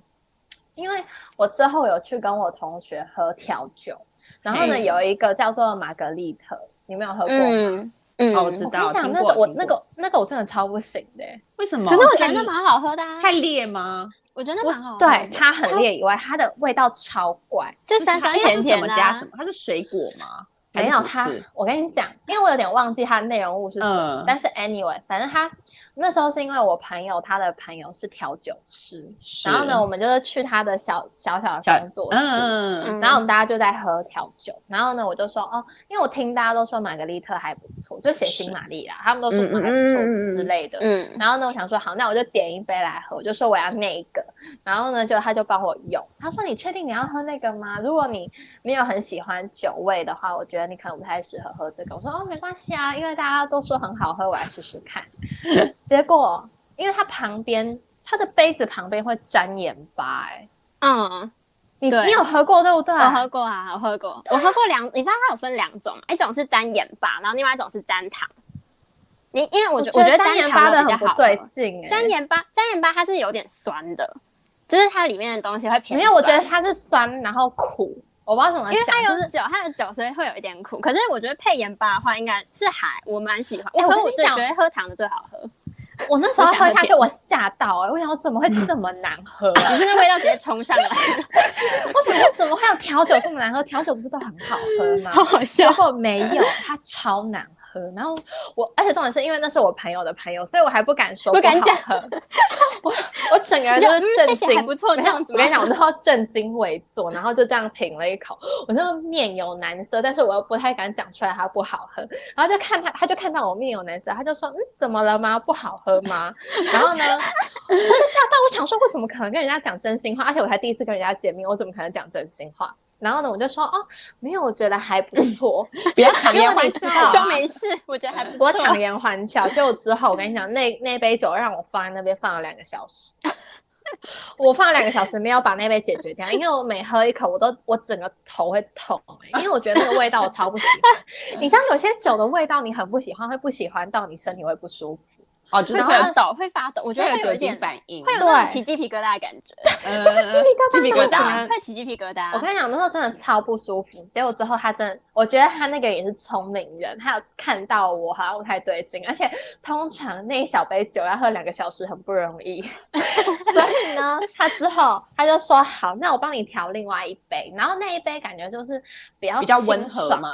S1: 因为我之后有去跟我同学喝调酒，然后呢
S2: 嗯
S1: 有一个叫做玛格丽特，你们有喝过吗？
S3: 嗯嗯，
S2: 哦我知
S1: 我跟
S2: 道
S1: 你讲，
S2: 听
S1: 那
S2: 过
S1: 个我
S2: 听
S1: 那
S2: 过
S1: 个那个我真的超不行的欸、
S2: 为什么？
S3: 可是我觉
S2: 太
S3: 得那
S2: 烈
S3: 蛮好喝的啊，
S2: 太烈吗？
S3: 我觉得那
S1: 不
S3: 蛮
S1: 是
S3: 好喝的，
S1: 对它很烈以外，它的味道超怪。
S3: 就是酸酸
S2: 它它
S3: 甜
S2: 是
S3: 甜
S2: 什
S3: 的
S2: 么
S3: 啊
S2: 加什么？它是水果吗？还
S1: 没
S2: 是
S1: 有
S2: 不
S1: 它
S2: 是，
S1: 我跟你讲，因为我有点忘记它的内容物是什么。
S2: 嗯
S1: 但是 anyway，反正他那时候是因为我朋友他的朋友是调酒师，
S2: 是
S1: 然后呢，我们就是去他的小小小
S2: 小
S1: 的工作室，
S2: 嗯嗯
S3: 嗯
S1: 然后我们大家就在喝调酒，然后呢，我就说哦，因为我听大家都说玛格丽特还不错，就写
S2: 是
S1: 新玛丽啦，啊他们都说
S2: 嗯
S1: 玛还不
S2: 嗯嗯嗯
S1: 错之类的。
S3: 嗯，
S1: 然后呢，我想说好，那我就点一杯来喝，我就说我要那一个。然后呢，就他就帮我用，他说你确定你要喝那个吗？如果你没有很喜欢酒味的话，我觉得你可能不太适合喝这个。我说哦，没关系啊，因为大家都说很好喝，我来试试 看。结果因为它旁边它的杯子旁边会沾盐巴、欸，
S3: 嗯，
S1: 你
S3: 对
S1: 你有喝过对不对？
S3: 我喝过啊，我喝过，我喝过两，你知道它有分两种嘛，一种是沾盐巴，然后另外一种是沾糖。你因为我
S1: 我
S3: 觉我觉得
S1: 沾
S3: 沾
S1: 盐
S3: 糖
S1: 巴的
S3: 比较
S1: 很不
S3: 好
S1: 对
S3: 喝
S1: 劲、欸，
S3: 沾盐巴，沾盐巴它是有点酸的，就是它里面的东西会偏酸。
S1: 没有，我觉得它是酸然后苦，我不知道怎么
S3: 因为
S1: 讲，
S3: 它有
S1: 就是
S3: 酒，它有酒，所以会有一点苦。可是我觉得配盐巴的话，应该是还我蛮喜欢。
S1: 哎我
S3: 可
S1: 跟
S3: 是我
S1: 你
S3: 最
S1: 讲
S3: 觉得喝糖的最好喝，
S1: 我那时候
S3: 我想
S1: 喝
S3: 喝嗯
S1: 下去，
S3: 甜
S1: 我吓到哎、欸，我想我怎么会这么难喝、啊？
S3: 只是那味道直接冲上来，
S1: 我想说怎么会有调酒这么难喝？调酒不是都很 好喝吗？
S3: 好好笑
S1: 结。果没有，它超难喝。然后我，而且重点是因为那是我朋友的朋友，所以我还不敢说
S3: 不
S1: 好
S3: 敢讲
S1: 喝。 我我整个人
S3: 就
S1: 就是
S3: 嗯
S1: 震
S3: 谢
S1: 惊，
S3: 谢还不错 这样子
S1: 我跟你
S3: 吗
S1: 讲，我后震惊为坐，然后就这样品了一口，我那个面有难色，但是我又不太敢讲出来它不好喝。然后就看他，他就看到我面有难色，他就说：“嗯，怎么了吗？不好喝吗？”然后呢，我就吓到，我想说，我怎么可能跟人家讲真心话？而且我才第一次跟人家见面，我怎么可能讲真心话？然后呢，我就说：“哦，没有，我觉得还 不错。”
S2: 不要强
S1: 因为
S2: 颜欢
S1: 你知
S2: 笑
S1: 道
S2: 啊，
S3: 装没事，我觉得还不 错。
S1: 我强颜欢笑。就之后，我跟你讲，那那杯酒让我放在那边放了两个小时。我放了两个小时没有把那杯解决掉，因为我每喝一口，我都我整个头会痛、欸因为我觉得那个味道我 超不喜欢。你知道有些酒的味道你很不喜欢，会不喜欢到你身体会不舒服。
S2: 哦，就是
S3: 会
S2: 会有
S3: 发抖，会发抖，我
S2: 我
S3: 觉得会有
S2: 酒
S3: 一
S2: 精
S3: 点，
S2: 反应，
S3: 会有啊那
S1: 对
S3: 种起鸡皮疙瘩的感觉，
S2: 呃
S1: 就是鸡
S2: 鸡皮
S1: 皮
S2: 疙
S1: 疙
S2: 瘩
S1: 瘩。
S3: 会起鸡皮疙
S2: 啊
S3: 瘩。
S1: 我跟你讲，那时候真的超不舒服。结果之后他真的，我觉得他那个也是聪明人，他有看到我好像不太对劲，而且通常那一小杯酒要喝两个小时很不容 易，所以呢，他之后他就说好，那我帮你调另外一杯，然后那一杯感觉就是比较
S2: 比较温
S1: 清
S2: 和
S1: 爽
S2: 吗？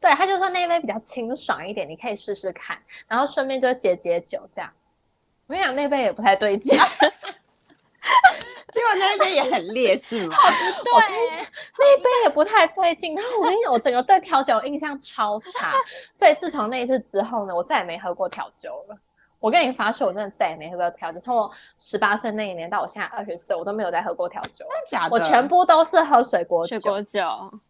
S1: 对，他就说那一杯比较清爽一点，你可以试试看，然后顺便就解解酒这样。我跟你讲，那杯也不太对劲，
S2: 结果那边也很烈是吗？
S3: 对，
S1: 那一杯也不太对劲。然后我跟你讲，我整个对调酒印象超差，所以自从那一次之后呢，我再也没喝过调酒了。我跟你发誓，我真的再也没喝过调酒。从我十八岁那一年到我现在二十岁，我都没有再喝过调酒了，
S2: 真的假的？
S1: 我全部都是喝水果
S3: 水
S1: 酒，
S3: 果酒，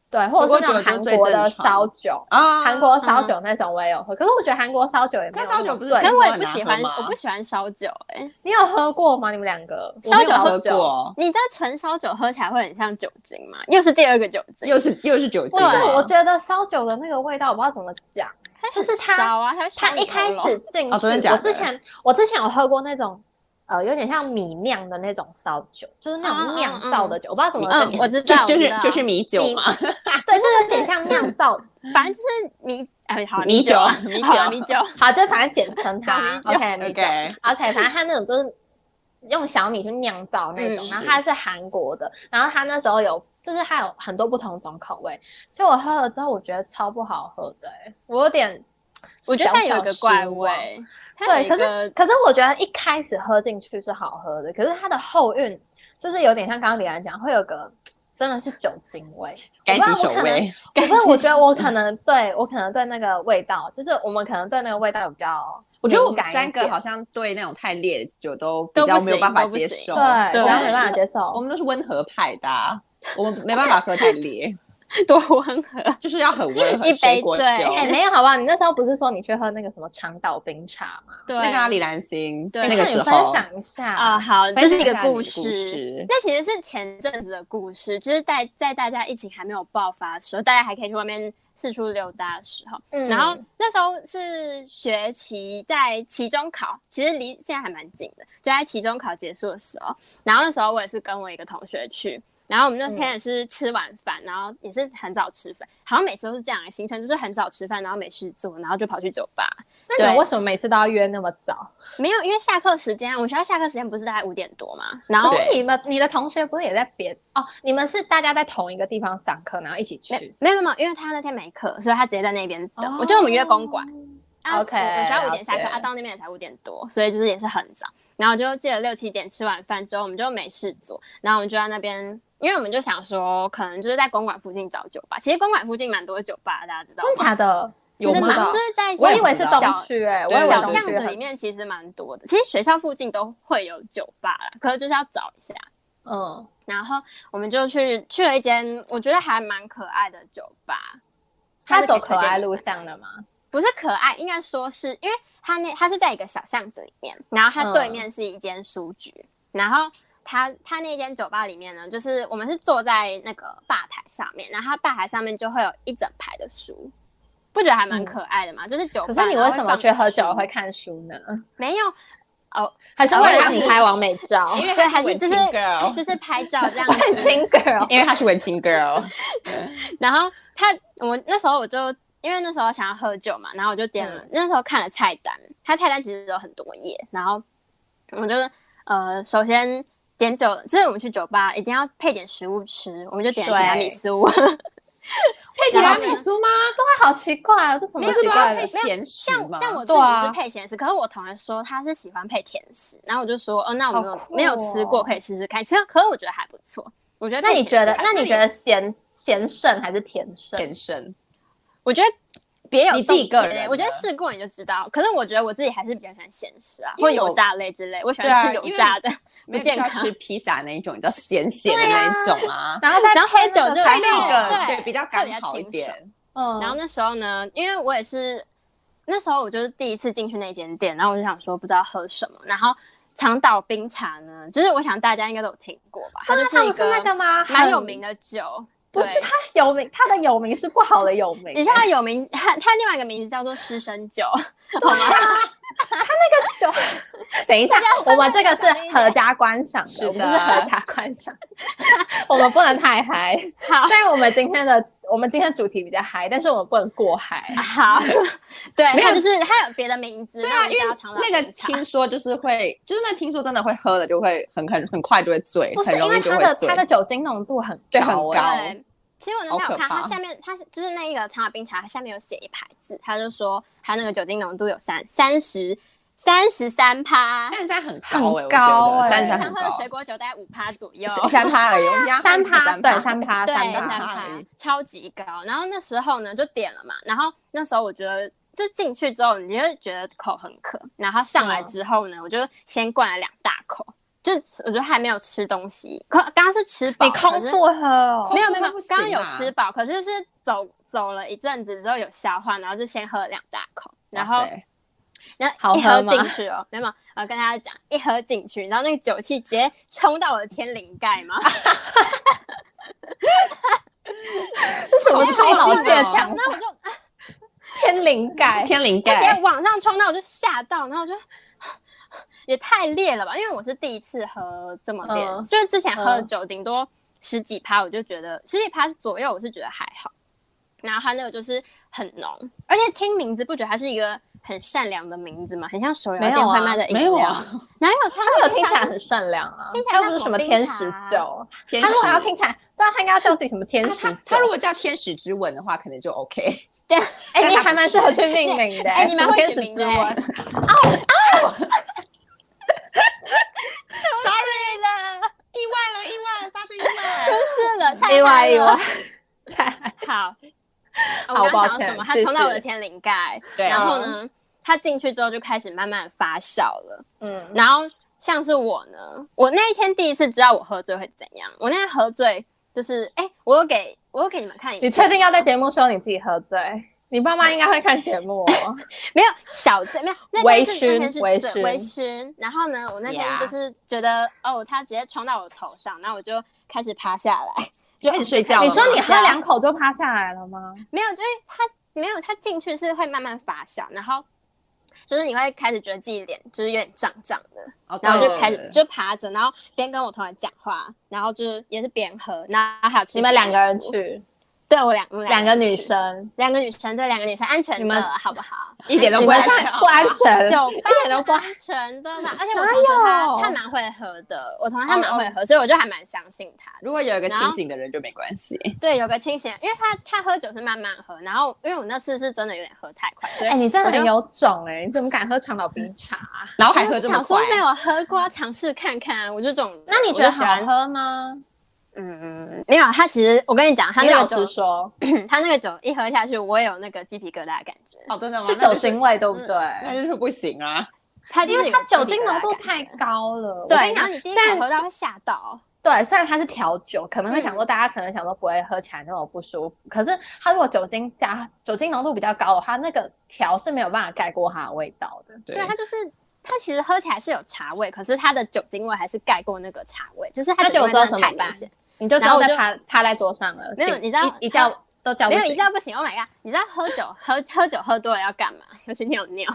S1: 对，或者是那种
S2: 水果酒
S1: 韩
S2: 就最
S1: 国的
S2: 正常
S1: 烧酒。
S2: 啊，
S1: 韩国烧酒那种我也有喝，可是我觉得韩国烧酒也没有
S2: 可是烧
S1: 那么
S2: 酒不是
S1: 对
S3: 可是我也不喜
S2: 你
S3: 欢，
S2: 知道你拿喝
S3: 我
S2: 吗
S3: 不喜欢烧酒，哎，
S1: 你有喝过吗？你们两个
S2: 我没有
S1: 我没有
S2: 喝
S1: 喝酒，
S2: 过，
S3: 你知道纯烧酒喝起来会很像酒精吗？又是第二个酒精，
S2: 又是又是酒
S1: 不
S2: 精吗，
S1: 是，我觉得烧酒的那个味道，我不知道怎么讲。就是它
S3: 烧啊，它会烧
S1: 它一
S3: 你
S1: 开
S3: 喉咙
S1: 始进去，
S2: 哦真的假的
S1: 我之前我之前有喝过那种，呃，有点像米酿的那种烧酒，就是那
S3: 嗯嗯
S1: 种
S3: 嗯
S1: 酿造的酒，我不知道怎么
S3: 嗯
S1: 跟你
S3: 我知
S2: 就
S3: 道
S2: 就
S3: 我知
S2: 是
S3: 道
S2: 就是米酒
S1: 米
S2: 嘛，
S1: 对，就有点像酿造。
S3: 反正就是米，哎，好，
S2: 米
S3: 酒
S2: 酒
S3: 啊，
S2: 米
S3: 好啊
S2: 酒
S3: 米酒，
S1: 好，就反正简称它
S3: 米酒
S1: OK 米酒
S2: OK
S1: OK，反正它那种就是用小米去酿造那种，
S3: 嗯
S1: 然后
S2: 是
S1: 它是韩国的，然后它那时候有就是它有很多不同种口味，就我喝了之后，我觉得超不好喝的、欸，我有点。
S3: 我觉得它有一个
S1: 小
S3: 怪
S1: 小失望
S3: 味，它有
S1: 对，
S3: 一
S1: 可
S3: 个
S1: 是可是我觉得一开始喝进去是好喝的，可是它的后韵就是有点像刚刚李安讲，会有个真的是酒精味，
S2: 干洗手
S1: 我不知道我可能
S2: 味，
S1: 可
S3: 感
S1: 是我觉得我可能对我可能对那个味道，就是我们可能对那个味道比较
S2: 我觉得我们
S1: 敏感一
S2: 三个
S1: 点
S2: 好像对那种太烈的酒都比
S3: 都
S2: 较
S3: 不
S2: 没有
S3: 行
S2: 办法
S3: 都不
S2: 接
S3: 行
S2: 受，
S1: 对，
S3: 对
S1: 我
S2: 我
S1: 们
S2: 们
S1: 没办法
S2: 是
S1: 接
S2: 我
S1: 受。
S2: 们都是温和派的啊、我们 没办法喝太烈，
S3: 多温和，
S2: 就是要很温和，
S3: 一杯
S2: 水果酒
S3: 醉。
S1: 哎，没有好不好？你那时候不是说你去喝那个什么长岛冰茶吗？
S3: 对
S2: 那个啊李兰心，
S3: 对
S2: 那
S1: 你
S2: 个
S1: 看你
S2: 时
S1: 分
S2: 候
S1: 享一下
S3: 啊，好，这
S2: 分
S3: 是
S2: 享
S3: 一个
S2: 下你
S3: 故
S2: 的
S3: 事。那其实是前阵子的故事，就是在在大家疫情还没有爆发的时候，大家还可以去外面四处溜达的时候，
S1: 嗯
S3: 然后那时候是学期在期中考，其实离现在还蛮近的，就在期中考结束的时候。然后那时候我也是跟我一个同学去，然后我们那天也是吃完饭，然后也是很早吃饭，好像每次都是这样的行程，就是很早吃饭，然后没事做，然后就跑去酒吧。
S1: 那你们
S3: 对
S1: 为什么每次都要约那么早？
S3: 没有，因为下课时间，我们学校下课时间不是大概五点多嘛，然后
S1: 可
S2: 对
S1: 是你们你的同学不是也在别哦？你们是大家在同一个地方上课，然后一起去？
S3: 没有没有，因为他那天没课，所以他直接在那边
S1: 哦
S3: 等。我觉得我们约公馆，啊
S1: OK，
S3: 我们学校五点下课，
S1: 了解
S3: 啊，到那边也才五点多，所以就是也是很早。然后就记得六七点吃完饭之后，我们就没事做，然后我们就在那边，因为我们就想说，可能就是在公馆附近找酒吧。其实公馆附近蛮多酒吧的，大家知道
S1: 真
S3: 吗？
S1: 假的？
S2: 有
S3: 其实
S1: 吗
S3: 蛮就是在
S1: 我
S2: 也
S1: 以为
S2: 不
S1: 是
S2: 知道
S1: 东
S3: 小
S1: 区哎、我
S2: 对
S1: 以为
S3: 小
S1: 东
S3: 巷
S1: 区
S3: 子里
S1: 很
S3: 面其实蛮多的，其实学校附近都会有酒吧啦，可是就是要找一下。
S1: 嗯，
S3: 然后我们就去去了一间我觉得还蛮可爱的酒吧，
S1: 他
S3: 下次
S1: 走
S3: 以
S1: 可
S3: 推荐
S1: 爱
S3: 你
S1: 路
S3: 们
S1: 上的嘛。
S3: 不是可爱，应该说是因为它那它是在一个小巷子里面，然后它对面是一间书局，然后它它那间酒吧里面呢，就是我们是坐在那个吧台上面，然后它吧台上面就会有一整排的书，不觉得还蛮可爱的吗？就是酒吧，
S1: 可是你
S3: 然后
S1: 为
S3: 会
S1: 什么
S3: 放
S1: 去喝酒
S3: 书
S1: 会看书呢？
S3: 没 有？
S1: 还是
S2: 啊
S1: 为了
S2: 我也
S1: 让你
S2: 是
S1: 拍完美 照？
S2: 因为
S3: 对，
S2: 他
S3: 还
S2: 是
S3: 是
S2: 文
S3: 就
S2: 青
S3: 是
S2: girl，
S3: 就是拍照这样子，
S1: 很青 girl，
S2: 因为他是文青 girl，
S3: 然后他，我那时候我就因为那时候想要喝酒嘛，然后我就点
S1: 嗯
S3: 了，那时候看了菜单，它菜单其实有很多页，然后我就呃，首先点酒，就是我们去酒吧一定要配点食物吃，我们就点了提拉米苏，
S2: 配
S1: 提拉
S3: 米
S2: 苏吗？
S1: 哇，好奇怪啊！这什么
S2: 不是
S1: 奇
S2: 都要
S1: 怪
S2: 配
S1: 的？
S2: 咸食
S3: 像
S2: 吗？
S3: 像我自
S1: 对啊
S3: 己是配咸食，可是我同学说他是喜欢配甜食，然后我就说，哦，那我没有、
S1: 好酷哦
S3: 没有吃过，可以试试看。其实，可是我觉得还不错。我觉得
S1: 那
S3: 配
S1: 你
S3: 甜
S1: 觉
S3: 食
S1: 得
S3: 还？
S1: 那
S3: 不
S1: 你
S3: 错
S1: 觉得咸咸胜还是甜胜？
S2: 健身，
S3: 我觉得别有
S2: 你自己
S3: 洞
S2: 个
S3: 见
S2: 人啊
S3: 我觉得
S2: 的
S3: 试过你就知道。可是我觉得我自己还是比较喜欢咸食啊，
S2: 因
S3: 或
S2: 为我
S3: 油炸类之类，我喜
S2: 对啊
S3: 欢吃
S2: 因
S3: 油
S2: 为
S3: 炸 的，
S2: 没有必
S3: 不
S2: 须
S3: 健
S2: 要
S3: 康。
S2: 吃披萨那一种，比较咸咸的那一种啊。
S1: 然后再
S3: 然后喝
S1: 配那
S3: 酒
S1: 个
S3: 就
S2: 拍
S1: 白
S3: 是
S1: 酒
S2: 那个
S3: 对
S2: 对比较
S3: 特
S2: 刚
S3: 别
S2: 好一
S3: 清
S2: 点，
S1: 嗯，
S3: 然后那时候呢，因为我也是那时候我就是第一次进去那间店，然后我就想说不知道喝什么，然后长岛冰茶呢，就是我想大家应该都有听过吧，它
S1: 对
S3: 就
S1: 啊，他
S3: 一
S1: 们是那
S3: 个
S1: 个吗？
S3: 蛮
S1: 很
S3: 有名的酒，
S1: 不是它有名，它的有名是不好的有名。
S3: 你知道它有名，它它另外一个名字叫做失身酒，
S1: 对啊，它那个酒，等一下，我们这个是合家观赏
S2: 是的
S1: 的，我们是合家观赏， 我们不能太嗨。
S2: 啊
S3: 好
S1: 虽然我们今天的我们今天主题比较嗨，但是我们不能过嗨。
S3: 好，对，
S2: 没有
S3: 它就是它有别的名字，
S2: 对
S3: 那
S2: 啊，
S3: 我
S2: 因
S3: 们
S2: 为
S3: 就要常来
S2: 那个
S3: 品尝
S2: 听说就是会，就是那听说真的会喝了就会很很很快就会醉，
S1: 不是
S2: 很
S1: 因
S2: 容
S1: 为
S2: 易就
S1: 它
S2: 会
S1: 的
S2: 醉
S1: 它。的酒精浓度很
S2: 对
S1: 欸
S2: 很高
S3: 对，其实我那
S2: 好可
S3: 天有看，它
S2: 怕
S3: 下面它是就是那一个长岛冰茶，它下面有写一排字，它就说它那个酒精浓度有三三十三十三趴，
S2: 三十三很高哎、
S1: 很高
S2: 我觉得
S1: 欸
S2: 三十
S3: 平
S2: 三
S3: 常
S2: 很
S3: 喝的
S2: 高
S3: 水，果酒大概五趴左右。
S2: 三趴而已，我们家
S1: 三趴，
S2: 三
S1: 对三趴，
S3: 对，
S1: 三
S3: 三
S1: 趴。
S3: 趴
S2: 而已
S3: 超级高。然后那时候呢，就点了嘛。然后那时候我觉得，就进去之后，你就会觉得口很渴。然后上
S2: 嗯
S3: 来之后呢，我就先灌了两大口，就我觉得还没有吃东西。可刚刚是吃饱，
S1: 你空
S3: 可是
S1: 腹喝哦
S3: 没有没
S2: 空
S3: 有，没
S2: 腹
S3: 有
S2: 不行
S3: 刚刚有
S2: 啊
S3: 吃饱，可是是走走了一阵子之后有消化，然后就先喝了两大口，然
S2: 哇
S3: 后
S2: 塞
S3: 然后
S1: 好
S3: 一
S1: 喝
S3: 喝
S1: 吗
S3: 进去哦，没有，没有我跟大家讲，一喝进去，然后那个酒气直接冲到我的天灵盖嘛，
S1: 这什么
S2: 空腹
S1: 超
S2: 好
S1: 老
S2: 酒
S1: 界的强
S3: 那我就啊
S1: 天灵盖？
S2: 天灵
S3: 它直
S2: 盖
S3: 接往上冲，那我就吓到，然后我就。 也太烈了吧！因为我是第一次喝这么烈，
S1: 嗯
S3: 就是之前喝的
S1: 嗯
S3: 酒顶多十几趴，我就觉得十几趴左右，我是觉得还好。然后它那个就是很浓，而且听名字不觉得它是一个很善良的名字吗？很像手摇
S1: 没有
S3: 店会
S1: 啊
S3: 卖的饮料，
S2: 没有啊？
S3: 哪有超
S1: 他没有
S3: 过
S1: 听起来很善良啊
S3: 听，起来
S1: 他
S3: 像
S1: 不是
S3: 什
S1: 什
S3: 么
S1: 么
S3: 冰
S1: 天
S3: 茶
S1: 使
S3: 啊
S1: 酒，
S2: 天
S1: 他
S2: 使
S1: 如果要听起来，对啊，啊他应该要叫自己什么天使
S2: 他
S1: 酒
S2: 他。如果叫天使之吻的话，可能就 OK。
S1: 哎，
S2: 但
S1: 你
S2: 他
S1: 还
S2: 不
S1: 蛮
S2: 是
S1: 适合去命名的，
S3: 哎你
S1: 什
S3: 蛮
S1: 么
S3: 会
S1: 天
S3: 取
S1: 使
S3: 名
S1: 之
S3: 的
S1: 吻，
S3: 哎
S2: Sorry 啦，意外了，意外了，发生意外
S3: 真
S2: 了。
S3: 是的， 太
S1: 意
S3: 嗨
S1: 外意
S3: 了
S1: 外。太
S3: 好，
S1: 好
S3: 我刚
S1: 抱
S3: 刚讲
S1: 歉
S3: 什么？他
S1: 继
S3: 冲到我
S1: 续
S3: 的天灵盖，
S2: 对
S3: 然
S2: 啊，
S3: 后呢，他进去之后就开始慢慢发酵了。
S1: 嗯，
S3: 然后像是我呢，我那一天第一次知道我喝醉会怎样。我那天喝醉就是，哎、我有给我有给你们看影
S1: 你
S3: 片，
S1: 确定要在节目说你自己喝醉？你爸妈应该会看节目哦。
S3: 没有小醉，没有那
S1: 微
S3: 天是那天
S1: 醺
S3: 是
S1: 微
S3: 醉
S1: 醺
S3: 微醺。然后呢，我那天
S2: Yeah
S3: 就是觉得哦，他直接冲到我头上，然后我就开始趴下来， 就
S2: 开始睡觉了
S1: 你
S2: 吗
S1: 说你喝两口就趴下来了吗？
S3: 没有，就是它没有，它进去是会慢慢发酵，然后就是你会开始觉得自己脸就是有点胀胀的，
S2: 哦
S3: 然后
S2: 对
S3: 就开始
S1: 嗯
S2: 对对
S3: 就爬着，然后边跟我同学讲话，然后就是也是边喝，然后还有吃
S1: 你们两个人
S3: 冰淇淋，
S1: 去，
S3: 对我两我们
S1: 两个女
S3: 去，
S1: 生，
S3: 两个女生对两个女生安全
S1: 你
S3: 的
S1: 们
S3: 好不好？
S2: 一点都
S1: 你
S2: 不
S1: 们
S2: 安
S1: 这
S2: 全
S1: 样，不安全，
S3: 酒 吧
S1: 一
S3: 是
S1: 点都不安。
S3: 安全的嘛，而且我
S1: 哪
S3: 同学他
S1: 有
S3: 他蛮会喝的，我同学他
S2: 哦
S3: 蛮
S2: 哦
S3: 会喝，所以我就还蛮相信他的。
S2: 如果有一个
S3: 然
S2: 清
S3: 后
S2: 醒的人就没关系。
S3: 对，有个清醒人，因为他他喝酒是慢慢喝，然后因为我那次是真的有点喝太快，所以
S1: 哎，你真的
S3: 我就
S1: 很有种哎，你怎么敢喝长岛冰茶啊？
S2: 然后还喝这么
S3: 想说
S2: 快，啊
S3: 没有喝过，尝试看看啊。我就这种人，
S1: 那你觉
S3: 我
S1: 得
S3: 就喜
S1: 好
S3: 欢？
S1: 喝吗？
S3: 嗯，没有。他其实我跟你讲，他
S1: 你
S3: 那
S1: 老
S3: 个
S1: 实
S3: 酒，
S1: 说，
S3: 他那个酒一喝下去，我也有那个鸡皮疙瘩的感觉。
S2: 哦，真的吗？
S1: 是
S2: 那就
S1: 酒精味，对不对？
S2: 那就是不行啊。
S3: 他就
S1: 因
S3: 是
S1: 为
S3: 有个
S1: 它酒
S3: 鸡皮
S1: 精
S3: 疙瘩
S1: 浓
S3: 的
S1: 度
S3: 感
S1: 太
S3: 觉
S1: 高了。我跟
S3: 对，
S1: 你讲
S3: 然后你第一
S1: 虽然
S3: 口喝到会吓到。
S1: 对，虽然它是调酒，可能会想说大家可能想说不会喝起来那么不舒服，可是它如果酒精加酒精浓度比较高的话，那个调是没有办法盖过它的味道的。
S2: 对
S3: 对，它就是它其实喝起来是有茶味，可是它的酒精味还是盖过那个茶味，就是它
S1: 那
S3: 酒精味
S1: 酒糟
S3: 真的
S1: 怎么
S3: 太明
S1: 办
S3: 显。
S1: 你就知
S3: 然后
S1: 道
S3: 我
S1: 在
S3: 就
S1: 趴趴在桌上了，
S3: 没有
S1: 醒
S3: 你知道
S1: 一一觉都叫不
S3: 没有，
S1: 醒
S3: 你知道不行，Oh my god！你知道喝酒喝喝酒喝多了要干嘛？要去尿尿。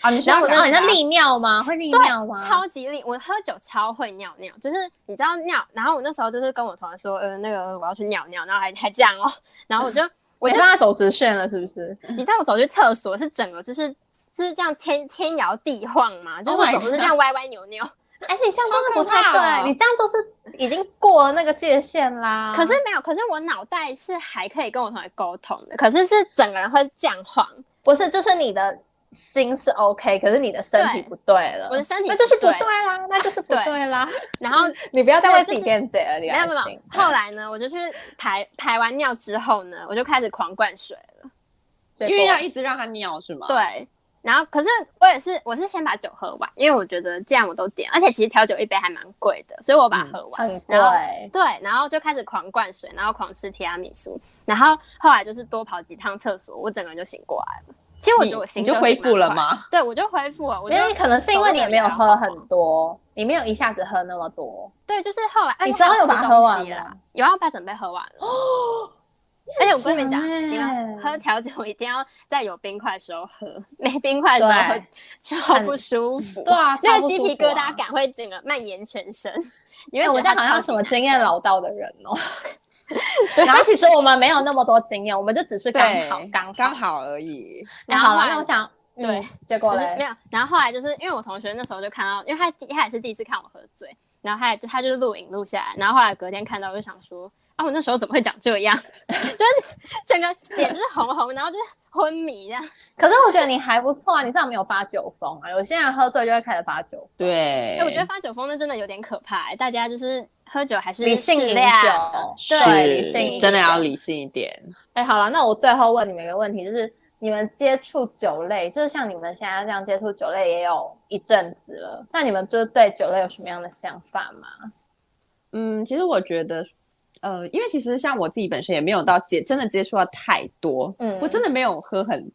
S2: 啊，你
S1: 然后我
S2: 说
S1: 就
S2: 要
S1: 你
S2: 干
S1: 在
S2: 嘛
S1: 利尿吗？会利
S3: 对，
S1: 尿吗？
S3: 超级厉！我喝酒超会尿尿，就是你知道尿，然后我那时候就是跟我同学说，呃，那个我要去尿尿，然后还还这样哦，然后我就我
S1: 没
S3: 就
S1: 办法走直线了，是不是？
S3: 你知道我走去厕所是整个就是就是这样天天摇地晃嘛，就是
S2: Oh
S3: 我
S2: my
S3: 总是这样歪歪扭扭，
S1: 而哎且你这样真的不
S2: 好可怕
S1: 太对，
S2: 哦
S1: 你这样就是已经过了那个界限啦。
S3: 可是没有，可是我脑袋是还可以跟我同学沟通的，可是是整个人会这样晃，
S1: 不是，就是你的心是 OK，可是你的身体
S3: 对
S1: 不对了，
S3: 我的身体
S1: 那就是
S3: 不
S1: 不
S3: 对
S1: 对啦，那就是不
S3: 对
S1: 对啦。
S3: 然后
S1: 你不要再
S3: 对
S1: 为
S3: 就
S1: 自己
S3: 是
S1: 辩解了，李
S3: 没有
S1: 安
S3: 没有，没
S1: 心
S3: 有
S2: 嗯
S3: 后来呢，我就去排排完尿之后呢，我就开始狂灌水。
S1: 结
S2: 因为
S1: 果
S2: 要一直让他尿是吗？，
S3: 对，然后可是我也是，我是先把酒喝完，因为我觉得这样我都点，而且其实调酒一杯还蛮贵的，所以我
S2: 嗯
S3: 把它喝完。
S1: 很
S3: 然后
S1: 贵，
S3: 对，然后就开始狂灌水，然后狂吃提拉米苏，然后后来就是多跑几趟厕所，我整个人就醒过来了，其实我
S2: 你
S3: 觉得我
S2: 你
S3: 行
S2: 就
S3: 动
S2: 恢
S3: 是蛮
S2: 复了
S3: 快？
S2: 吗？哎
S3: 对，我就恢复了。我
S1: 因
S3: 就
S1: 为可能是因为你没有
S3: 走路
S1: 喝
S3: 也没有
S1: 很多，你没有一下子喝那么多。
S3: 对，就是后来，而且
S1: 你知道
S3: 还有
S1: 有把它
S3: 吃
S1: 喝
S3: 东
S1: 完
S3: 西
S1: 吗
S3: 啦有要把准备喝完了。而且我跟你们讲，你们
S1: 很强欸
S3: 喝调酒一定要在有冰块的时候喝，没冰块的时候喝
S1: 对
S3: 超
S1: 很
S3: 不舒服。
S1: 对啊，
S3: 那
S1: 超
S3: 个
S1: 不
S3: 鸡
S1: 舒
S3: 皮
S1: 服
S3: 疙
S1: 啊
S3: 瘩感会整个蔓延全身。你
S1: 哎、
S3: 会觉
S1: 我
S3: 得
S1: 这样
S3: 它
S1: 好像
S3: 超
S1: 什
S3: 级
S1: 么
S3: 难
S1: 经验老道的人 哦。然后其实我们没有那么多经验，我们就只是刚好
S2: 对，
S1: 刚
S2: 刚。好而已。
S1: 那好了，那我想，嗯
S3: 对，
S1: 结果
S3: 就是没
S1: 嘞，
S3: 有。然后后来就是因为我同学那时候就看到，因为他第他也是第一次看我喝醉，然后他也就他就是录影录下来，然后后来隔天看到我就想说，啊，我那时候怎么会长这样？ 就是整个脸就是红红，然后就是昏迷这样。
S1: 可是我觉得你还不错啊，你至少没有发酒疯啊。有些人喝醉就会开始发酒，
S2: 对
S3: 哎、我觉得发酒疯那真的有点可怕、哎大家就是喝酒还是
S1: 理性
S3: 适
S1: 饮
S3: 量
S1: 酒。对，理性饮
S2: 是
S1: 酒
S2: 真的要理性一点。
S1: 哎、好了，那我最后问你们一个问题，就是你们接触酒类，就是像你们现在这样接触酒类也有一阵子了，那你们就是对酒类有什么样的想法吗？
S2: 嗯，其实我觉得，呃，因为其实像我自己本身也没有到接真的接触到太多，
S1: 嗯
S2: 我真的没有喝很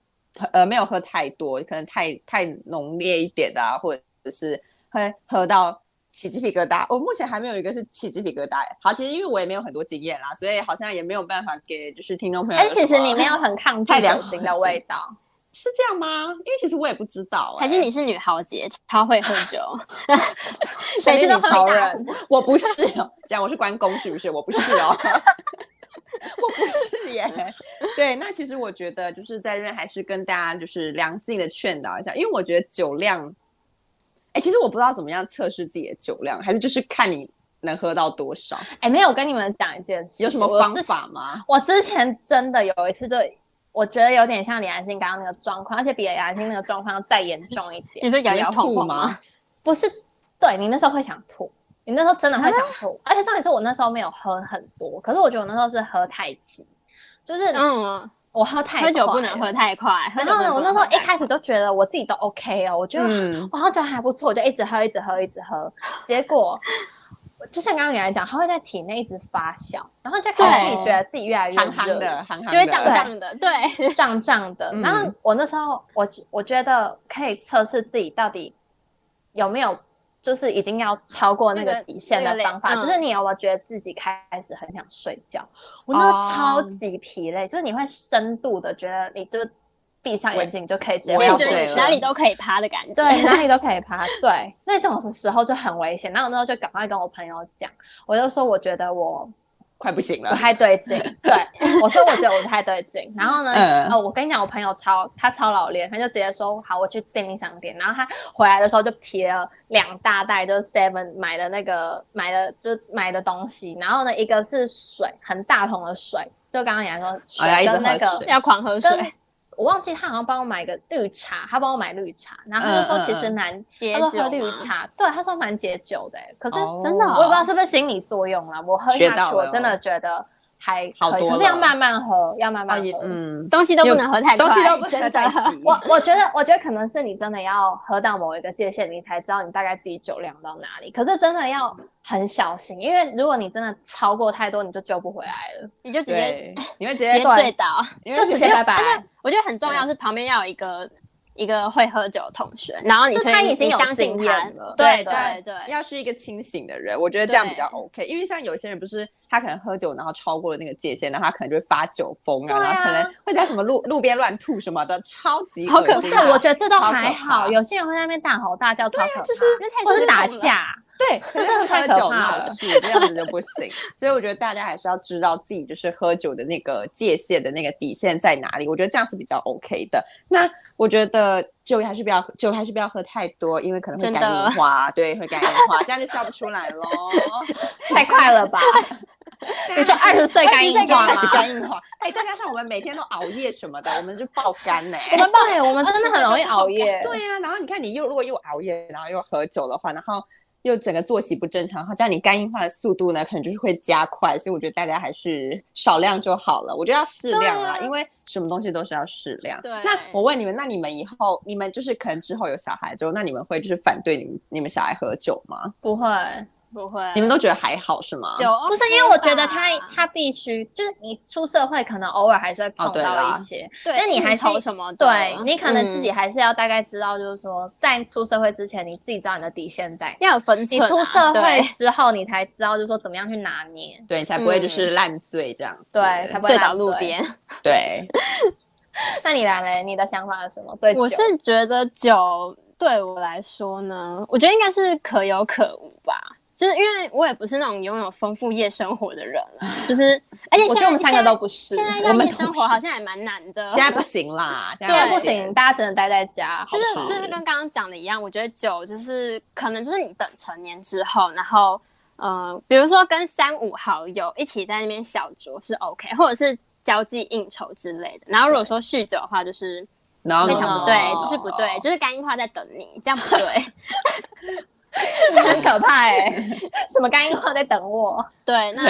S2: 呃没有喝太多，可能太太浓烈一点的啊，或者是会喝到起鸡皮疙瘩。我目前还没有一个是起鸡皮疙瘩。好，其实因为我也没有很多经验啦，所以好像也没有办法给就是听众朋友
S1: 哎、
S2: 有什么。
S1: 其实你没有很抗拒
S2: 太良
S1: 酒
S2: 好
S1: 精
S2: 了
S1: 的味道，
S2: 是这样吗？因为其实我也不知道、
S3: 还是
S2: 哎
S3: 你是女豪杰，超会喝 酒，
S1: 神
S3: 每
S1: 力
S3: 次都
S1: 女
S3: 喝一
S1: 超
S3: 大
S1: 人。
S2: 我不是哦， 这样我是关公是不是？我不是哦， 我不是耶。对，那其实我觉得就是在这边还是跟大家就是良性的劝导一下，因为我觉得酒量，哎，其实我不知道怎么样测试自己的酒量，还是就是看你能喝到多少，
S1: 哎、没有跟你们讲一件事，
S2: 有什么
S1: 我
S2: 方
S1: 之
S2: 法吗？
S1: 我之前真的有一次就，我觉得有点像李安心刚刚那个状况，而且比李安心那个状况再严重一点。
S3: 你说摇
S2: 你会
S3: 摇晃
S2: 吐
S3: 晃
S2: 吗？
S1: 不是，对你那时候会想吐，你那时候真的会
S3: 啊
S1: 想吐，而且重点是我那时候没有喝很多，可是我觉得我那时候是喝太急，就是
S3: 嗯，
S1: 我喝太
S3: 喝酒
S1: 快
S3: 不能
S1: 了
S3: 喝。太快。喝
S1: 然
S3: 酒
S1: 后
S3: 不
S1: 呢，
S3: 能
S1: 我那时
S3: 喝
S1: 候
S3: 太
S1: 一开始就觉得我自己都 OK 哦，我觉得、
S2: 嗯，
S1: 我好像觉得还不错，我就一直喝，一直喝，一直喝。结果就像刚刚原来讲，它会在体内一直发酵，然后就开始自己
S2: 对
S1: 觉得自己越来越
S2: 憨憨
S1: 热
S2: 的，憨憨的，
S3: 就会胀
S1: 对
S3: 胀的，对，
S1: 胀胀的。
S2: 嗯
S1: 然后我那时候，我觉我觉得可以测试自己到底有没有，就是已经要超过那
S3: 那
S1: 个
S3: 个
S1: 底线的
S3: 那个累
S1: 方法，
S3: 嗯
S1: 就是你有没有觉得自己开始很想睡觉？我那时候超
S2: 哦
S1: 级疲累，就是你会深度的觉得你就闭上眼睛就可以直接
S2: 我要
S3: 就
S1: 睡
S3: 觉
S2: 睡了
S3: 得你哪里都可以趴的感觉。
S1: 对，哪里都可以爬。对，那种时候就很危险。然后我那时候就赶快跟我朋友讲，我就说我觉得我
S2: 快不行
S1: 不
S2: 了。
S1: 太对劲。 对，我说我觉得我不太对劲。然后呢，
S2: 嗯
S1: 哦，我跟你讲，我朋友超他超老练，他就直接说好，我去便利商店。然后他回来的时候就提了两大袋，就是 Seven 买的那个买的就买的东西。然后呢，一个是水，很大桶的水，就刚刚你来说水
S2: 哎呀一直
S1: 跟那
S2: 喝
S1: 个
S2: 水
S3: 要狂喝水，
S1: 跟我忘记他好像帮我买个绿茶，他帮我买绿茶，然后他就说
S2: 嗯嗯
S1: 其实
S2: 嗯
S1: 蛮，
S3: 解
S1: 他说
S3: 酒
S1: 喝绿
S3: 吗
S1: 茶，对，他说蛮解酒的欸、可是
S2: 哦
S3: 真的
S1: 我也不知道是不是心理作用啦，我喝
S2: 学
S1: 下
S2: 到
S1: 去，我
S2: 了
S1: 真
S2: 哦
S1: 的觉得还
S2: 好
S1: 可以，
S2: 多
S1: 可是要
S2: 了
S1: 慢慢喝，要慢
S2: 啊
S1: 慢
S2: 也
S1: 喝。
S2: 嗯，
S3: 东西都
S2: 有
S3: 不能喝太快，
S2: 东西都不能
S3: 真
S2: 太
S3: 的。
S2: 急。
S1: 我我觉得，我觉得可能是你真的要喝到某一个界限，你才知道你大概自己酒量到哪里。可是真的要很小心，因为如果你真的超过太多，你就救不回来了，
S3: 你就直接
S2: 对，你会直
S3: 直接
S2: 接，
S3: 醉倒。
S2: 你
S1: 就
S2: 会
S1: 直接拜拜。
S3: 我觉得很重要是旁边要有一个一个会喝酒的同学，然后你
S1: 就
S3: 相
S1: 他
S3: 信
S1: 已经
S3: 你
S1: 有
S3: 相
S1: 经
S3: 信他
S1: 验了，
S2: 对
S3: 对对，
S2: 要是一个清醒的人，我觉得这样比
S3: 对
S2: 较 OK。因为像有些人不是他可能喝酒，然后超过了那个界限，然后他可能就会发酒疯啊，
S1: 对啊
S2: 然后可能会在什么路路边乱吐什么的，超级
S3: 好可
S2: 恶
S1: 不
S2: 心
S1: 是
S2: 的。，
S1: 我觉得这都
S2: 啊超可
S1: 还
S2: 怕
S1: 好。有些人会在那边大吼大叫，超可怕，
S2: 就是
S3: 啊那太
S1: 或是
S3: 失
S1: 打
S3: 控了。
S1: 架。
S2: 对，
S1: 这
S2: 就
S1: 真的
S2: 是
S1: 太
S2: 喝
S1: 可
S2: 酒
S1: 怕
S2: 闹
S1: 了
S2: 事，这样子就不行。所以我觉得大家还是要知道自己就是喝酒的那个界限的那个底线在哪里，我觉得这样是比较 OK 的。那我觉得酒还是不要酒还是不要喝太多，因为可能会
S3: 真
S2: 肝
S3: 的
S2: 硬化，对，会肝硬化，这样就笑不出来 喽。
S1: 太快了吧？ 你说二十岁
S3: 20
S1: 肝硬
S3: 岁
S1: 化
S2: 开始
S1: 吗？
S2: 肝硬化，哎，再加上我们每天都熬夜什么的，我们就爆肝呢、
S1: 我们对，我们真哦的很容易熬夜。
S2: 对呀、然后你看你又如果又熬夜，然后又喝酒的话，然后又整个作息不正常，的话，这样你肝硬化的速度呢，可能就是会加快。所以我觉得大家还是少量就好了。我觉得要适量啦，
S1: 对啊
S2: 因为什么东西都是要适量。
S3: 对
S2: 那我问你们，那你们以后，你们就是可能之后有小孩之后，那你们会就是反对你们你们小孩喝酒吗？
S1: 不会，
S3: 不会，
S2: 你们都觉得还好是吗？
S3: 就 OK
S1: 不是因为我觉得他
S3: 吧
S1: 他必须就是你出社会可能偶尔还是会碰
S2: 对
S1: 到
S2: 啦
S1: 一些，
S3: 对
S1: 那你还
S3: 应酬
S1: 是
S3: 什么的？
S1: 对你可能自己
S3: 嗯
S1: 还是要大概知道，就是说在出社会之前，你自己知道你的底线 在哪。
S3: 要有分
S1: 你
S3: 寸啊。
S1: 出社会
S3: 对
S1: 之后，你才知道就是说怎么样去拿捏。
S2: 对，你才不会就是烂醉这样子。
S1: 对才不会
S3: 醉
S1: 烂
S3: 倒路
S1: 醉
S3: 边。
S2: 对，
S1: 那你来嘞，你的想法是什么？对酒，
S3: 我是觉得酒对我来说呢，我觉得应该是可有可无吧。就是因为我也不是那种拥有丰富夜生活的人啊，就是而且
S1: 我觉
S3: 现在
S1: 得我们三个都不是
S3: 现，在
S2: 我
S3: 要
S2: 们
S3: 夜
S2: 都
S3: 生
S2: 不
S3: 活
S2: 是
S3: 好像也蛮难的。
S2: 现在不行啦，现
S1: 现在
S2: 在
S1: 不
S2: 行。
S1: 行，大家只能待在家，好
S3: 就是
S1: 爽
S3: 就是跟刚刚讲的一样，我觉得酒就是可能就是你等成年之后，然后呃，比如说跟三五好友一起在那边小酌是 OK，或者是交际应酬之类的。然后如果说酗酒的话，就是
S2: 然后哦
S3: 非
S1: 非
S3: 常不对，就是不对，就是肝硬化在等你，这样不对。
S1: 很可怕哎、 什么干硬化在等我？
S3: 对，那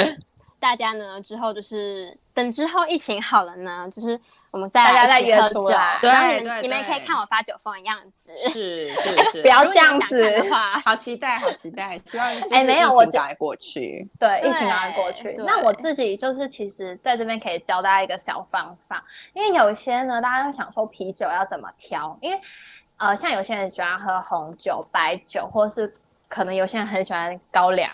S3: 大家呢之后就是等之后疫情好了呢，就是我们再
S1: 大家
S3: 来
S1: 再
S3: 一起
S1: 约
S3: 喝
S1: 出
S3: 酒
S1: 来
S3: 然后你
S2: 对
S3: 们
S2: 对
S3: 你们也可以
S2: 对
S3: 看我发酒疯的样子。
S2: 是是是，
S1: 不要
S3: 如果
S1: 这样
S3: 你们想看
S1: 子
S3: 的话，
S2: 好期待，好期待，希望就是
S1: 哎没有
S2: 疫情
S1: 我觉
S2: 赶快过去。
S1: 对，
S3: 对
S1: 疫情赶快过去。
S3: 对
S1: 那我自己就是，其实在这边可以教大家一个小方法，因为有些呢，大家都想说啤酒要怎么挑，因为呃，像有些人喜欢喝红酒、白酒，或是可能有些人很喜欢高粱。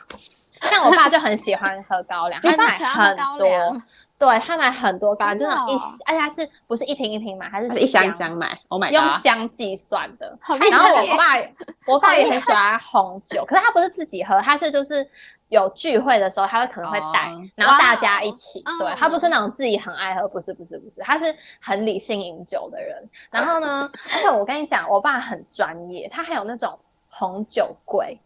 S1: 像我爸就很喜欢喝高粱，
S3: 你
S1: 他
S3: 爸
S1: 买
S3: 喜欢
S1: 很
S3: 喝高
S1: 多
S3: 粱，
S1: 对他买很多高粱，就
S3: 真
S1: 是
S3: 的
S1: 那种一
S3: 哦，
S1: 而且他是不是一瓶一瓶买，他是
S2: 它是一箱一
S1: 箱
S2: 箱买，Oh my
S3: 啊
S1: 用
S2: god！
S1: 箱计算的。
S3: 好厉
S1: 然后
S3: 害哦
S1: 我爸也，我爸也很喜欢红酒，可是他不是自己喝，他是就是有聚会的时候，他会可能会带，
S2: 哦
S1: 然后大
S3: 哇
S1: 家一起。
S3: 嗯
S1: 对他不是那种自己很爱喝，不是不是不是，他是很理性饮酒的人。然后呢，而且我跟你讲，我爸很专业，他还有那种红酒柜，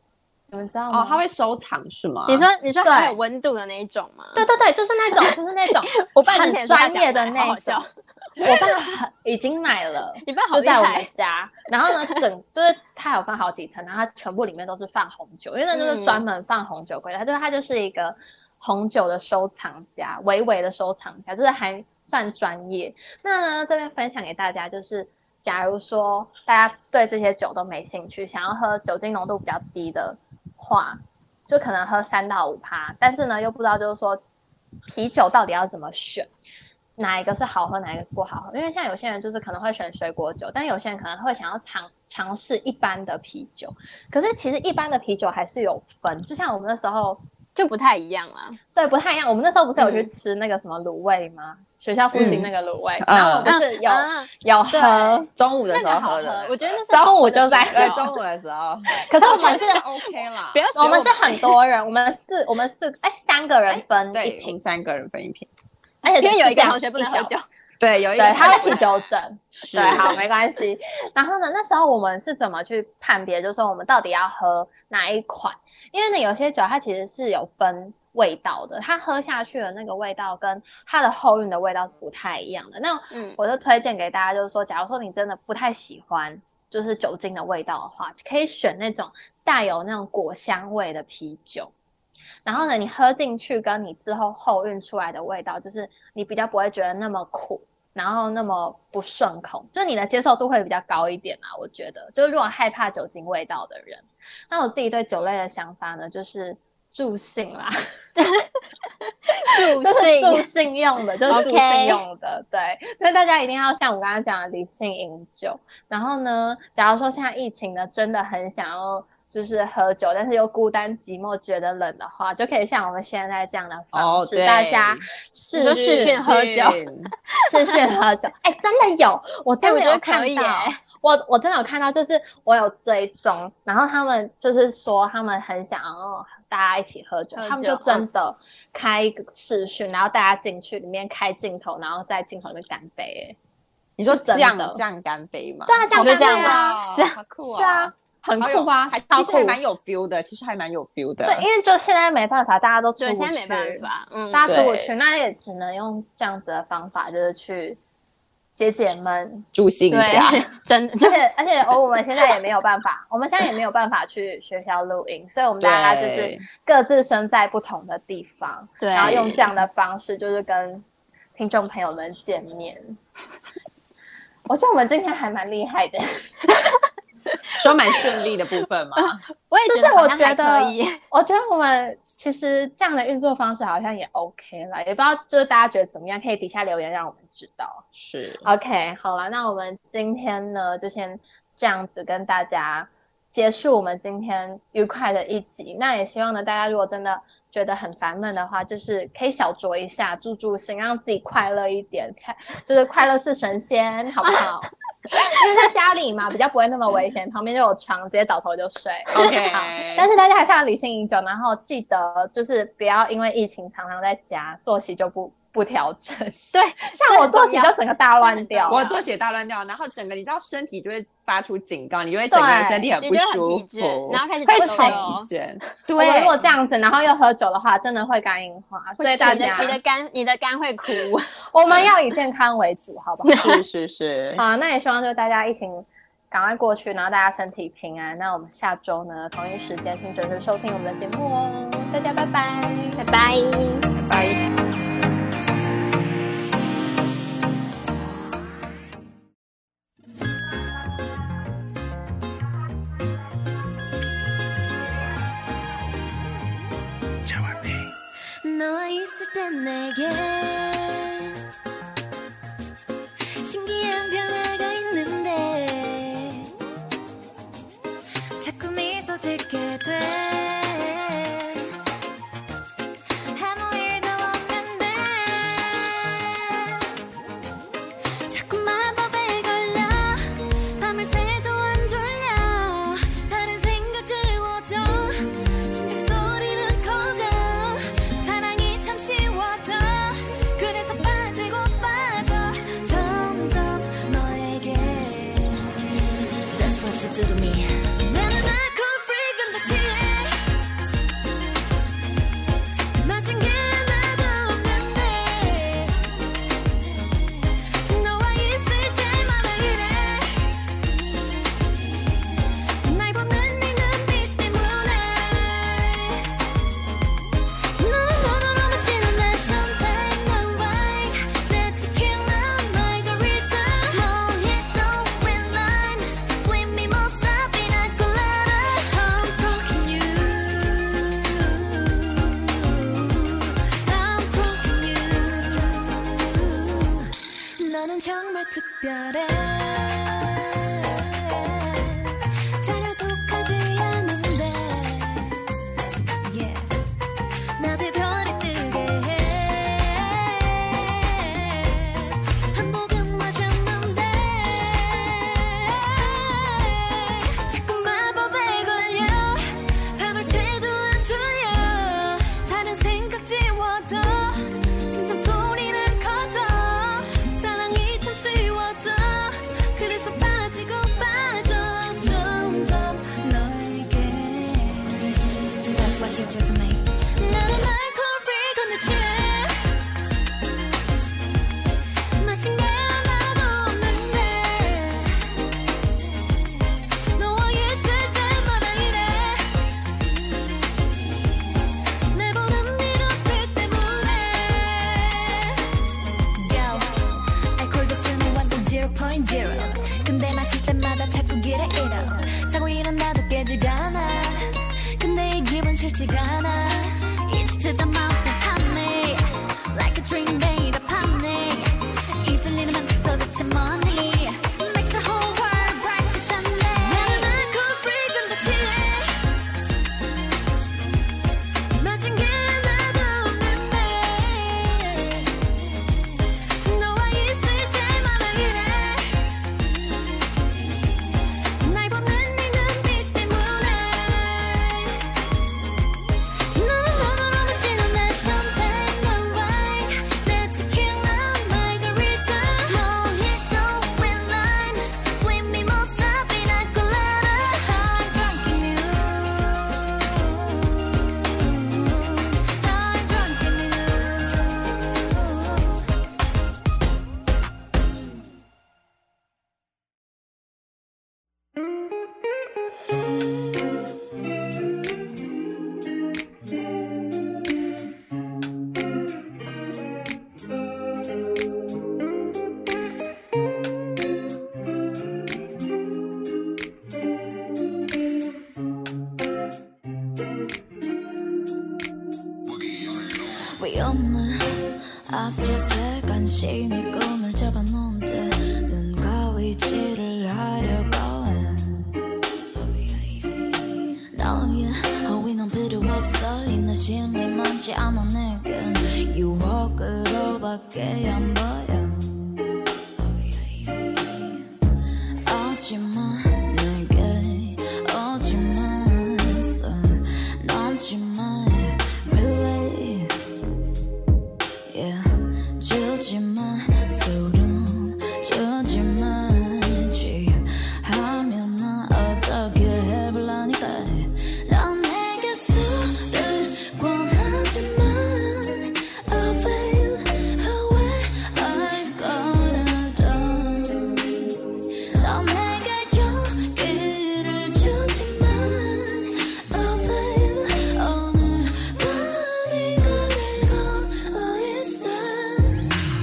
S1: 你们知道吗？
S2: 哦，它会收藏是吗？
S3: 你说你说
S1: 对
S3: 很有温度的那一种吗？
S1: 对对对，就是那种，就是那种
S3: 我爸之前
S1: 很
S3: 也说他
S1: 专
S3: 想
S1: 业的
S3: 买
S1: 那
S3: 好好
S1: 种
S3: 笑。
S1: 我爸很已经买了，
S3: 你爸好
S1: 就
S3: 厉
S1: 在我们
S3: 害，
S1: 家。然后呢，整就是它有放好几层，然后它全部里面都是放红酒，因为那就是
S3: 嗯
S1: 专门放红酒柜的，它就是它就是一个红酒的收藏家，微微的收藏家，就是还算专业。那呢，这边分享给大家就是。假如说大家对这些酒都没兴趣，想要喝酒精浓度比较低的话，就可能喝三到五趴，但是呢又不知道就是说啤酒到底要怎么选，哪一个是好喝，哪一个是不好喝。因为像有些人就是可能会选水果酒，但有些人可能会想要尝尝试一般的啤酒。可是其实一般的啤酒还是有分，就像我们那时候
S3: 就不太一样啦。
S1: 对不太一样，我们那时候不是有去
S3: 嗯
S1: 吃那个什么卤味吗？学校附近
S2: 嗯
S1: 那个卤味，
S2: 嗯
S1: 然后我不是 有、
S3: 啊
S1: 有
S3: 对
S1: 喝，
S2: 中午的
S3: 那
S2: 时
S3: 个
S2: 候
S3: 好
S2: 喝
S3: 喝
S2: 的，，
S3: 我觉得那是哦
S1: 中
S3: 好喝
S1: 午
S3: 的
S1: 就在
S3: 啤
S1: 得
S2: 对
S3: 酒
S2: 中午的时候，
S1: 可是我们
S2: 觉
S1: 是
S2: 得 OK 啦
S3: 不。要学
S1: 我们是
S3: 们
S1: 很多人，我们四我们四哎三个人分一
S2: 对，我们
S1: 瓶，
S2: 三个人分一瓶。
S1: 而且
S3: 因为有
S1: 是
S3: 一个
S1: 这样
S3: 同学不能
S1: 一
S3: 喝
S1: 小
S3: 酒，
S2: 对，有一个
S1: 对，他会
S2: 不
S1: 起纠正。
S2: 是
S1: 对，好，没关系。然后呢，那时候我们是怎么去判别，就是说我们到底要喝哪一款？因为呢，有些酒它其实是有分味道的，它喝下去的那个味道跟它的后韵的味道是不太一样的。那
S3: 嗯，
S1: 我就推荐给大家，就是说，假如说你真的不太喜欢就是酒精的味道的话，可以选那种带有那种果香味的啤酒。然后呢，你喝进去跟你之后后运出来的味道，就是你比较不会觉得那么苦，然后那么不顺口，就你的接受度会比较高一点啦。我觉得，就是如果害怕酒精味道的人，那我自己对酒类的想法呢，就是助兴啦。
S3: 助
S1: 就是助
S3: 兴，
S1: 兴用的，就是助兴
S3: OK
S1: 用的。对，那大家一定要像我刚刚讲的理性饮酒。然后呢，假如说现在疫情呢，真的很想要就是喝酒，但是又孤单寂寞觉得冷的话，就可以像我们现在这样的方
S2: 哦，
S1: 式，
S2: 对，
S1: 大家
S3: 你
S1: 试
S3: 说视讯喝酒，
S1: 试去喝酒。哎、真的有，我真
S3: 哎，
S1: 的
S3: 我觉
S1: 有
S3: 得
S1: 看
S3: 可以欸耶，
S1: 到。我我真的有看到，就是我有追踪，然后他们就是说他们很想要大家一起喝酒，
S3: 喝
S1: 他们就
S3: 酒
S2: 嗯
S1: 真的开一个视讯，然后大家进去里面开镜头，然后在镜头里面干杯、欸，
S2: 你说这
S1: 真
S2: 样
S1: 的
S2: 这样干杯吗？
S1: 对啊这样
S3: 干杯啊
S2: 啊，
S3: 这样
S2: 好酷
S1: 是啊，很
S2: 好有
S1: 酷吧？
S2: 还
S1: 超
S2: 其实
S1: 酷
S2: 还。蛮有 feel 的，其实还蛮有 feel 的。
S1: 对，因为就现在没办法，大家都出
S3: 对，
S1: 不
S3: 现在
S1: 去，
S3: 没办法，嗯，
S1: 大家出不
S2: 对
S1: 去，那也只能用这样子的方法，就是去解解 闷。
S2: 助兴一下，
S3: 对，真的
S1: 而
S3: 就
S1: 且而且，哦，我们现在也没有办法，我们现在也没有办法去学校录音，所以我们大家就是
S2: 对
S1: 各自身在不同的地方，
S3: 对
S1: 然后用这样的方式，就是跟听众朋友们见面。我觉得我们今天还蛮厉害的，
S2: 说蛮顺利的部分 嘛。
S3: 我也
S1: 就是
S3: 觉得好
S1: 我
S3: 像
S1: 觉
S3: 还
S1: 得
S3: 可以，
S1: 我觉得我们其实这样的运作方式好像也 OK 了，也不知道就是大家觉得怎么样，可以底下留言让我们知道。
S2: 是，
S1: OK，好了，那我们今天呢就先这样子跟大家结束我们今天愉快的一集。那也希望呢，大家如果真的觉得很烦闷的话，就是可以小酌一下，助助兴，让自己快乐一点，开就是快乐似神仙，好不好？ 因为在家里嘛，比较不会那么危险，旁边就有床，直接倒头就睡。
S2: OK
S1: 好但是大家还是要理性饮酒，然后记得就是不要因为疫情常常在家，作息就不不调整。
S3: 对，
S1: 像我作息就整个大乱掉了，
S2: 我作息也大乱掉，然后整个你知道身体就会发出警告，你就会整个人身体很
S3: 你
S2: 不
S3: 就很
S2: 舒
S3: 疲倦
S2: 服，
S3: 然后开始
S2: 会
S3: 抖
S2: 超
S3: 抖
S2: 疲倦。
S1: 我
S2: 对
S1: 如，果这样子，然后又喝酒的话，真的会肝硬化。所以大
S3: 你的
S1: 家，
S3: 你的肝你的肝会哭，
S1: 我们要以健康为主，好不好？
S2: 是是是，
S1: 好，那也希望就是大家疫情赶快过去，然后大家身体平安。那我们下周呢，同一时间请准时收听我们的节目哦。大家拜拜。
S3: 拜拜。
S2: 拜拜。
S4: 너와 있을 땐 내게 신기한 변화가 있는데 자꾸 미소 짓게 돼 아무 일도 없는데 자꾸 마법에 걸려 밤을 새도 안 졸려 다른 생각 지워져 심장 소리는 커져 사랑이 참 쉬워져 그래서 빠지고 빠져 점점 너에게 That's what you do to me 나는 알코올 프리건 다 취해 마신 게 하나도 없는데 너와 있을 때마다 이래 날 보는 네 눈빛 때문에 너는 너는 너무 싫어 날 champagne 난 wine 내 tequila margarita mojito with lime sweet mimosa pina colada I'm talking you I'm talking you 너는 정말 특별해 전혀 독하지 않은데 yeah. 낮에 별이 뜨게 해 한 모금 마셨는데 자꾸 마법에 걸려 밤을 새도 안 졸려 다른 생각 지워져 심장 소리는 커져 사랑이 참 쉬워져 그래서 빠지고 빠져 점점 너에게 That's what you do to me. 나는 알코올 프리건 내 취해. 마신 게 하나도 없는데. 너와 있을 때마다 이래. 내 보는 네 눈빛 때문에. Yo, 알코올도 쓰는 완전 0.0 근데 마실 때마다 자꾸 길에 잃어 자고 일어나도 깨지가 않아 근데 이 기분 싫지가 않아 It's to the mouth and pop me Like a dream made of pop me 이슬리는 도대체 뭐니 Makes the whole world breakfast and me 나는 알코올 프리건 다 취해 마신 게 하나도 없는데 너와 있을 때마다 이래 날 보는 네 눈빛 때문에 너는 너는 너무 싫어 날 champagne 난 wine 내 tequila margarita mojito with lime sweet mimosa pina colada I'm drunk in you 위험해 아슬아슬해 간신히 끈을 잡아놓은 듯 눈과 위치를 하려고 해 너의 허위는 필요 없어 이 내심이 많지 않아 내겐 유혹으로밖에 안 보여 오지마 내게 오지마 손 넘지마 Please Yeah, 주지마 소름 주지마 취하면 나 어떻게 해볼라니까 난 내게 술을 권하지만 Avail away 알 거라던 넌 내게 용기를 주지만 Avail 오늘 밤 이거를 걸고 있어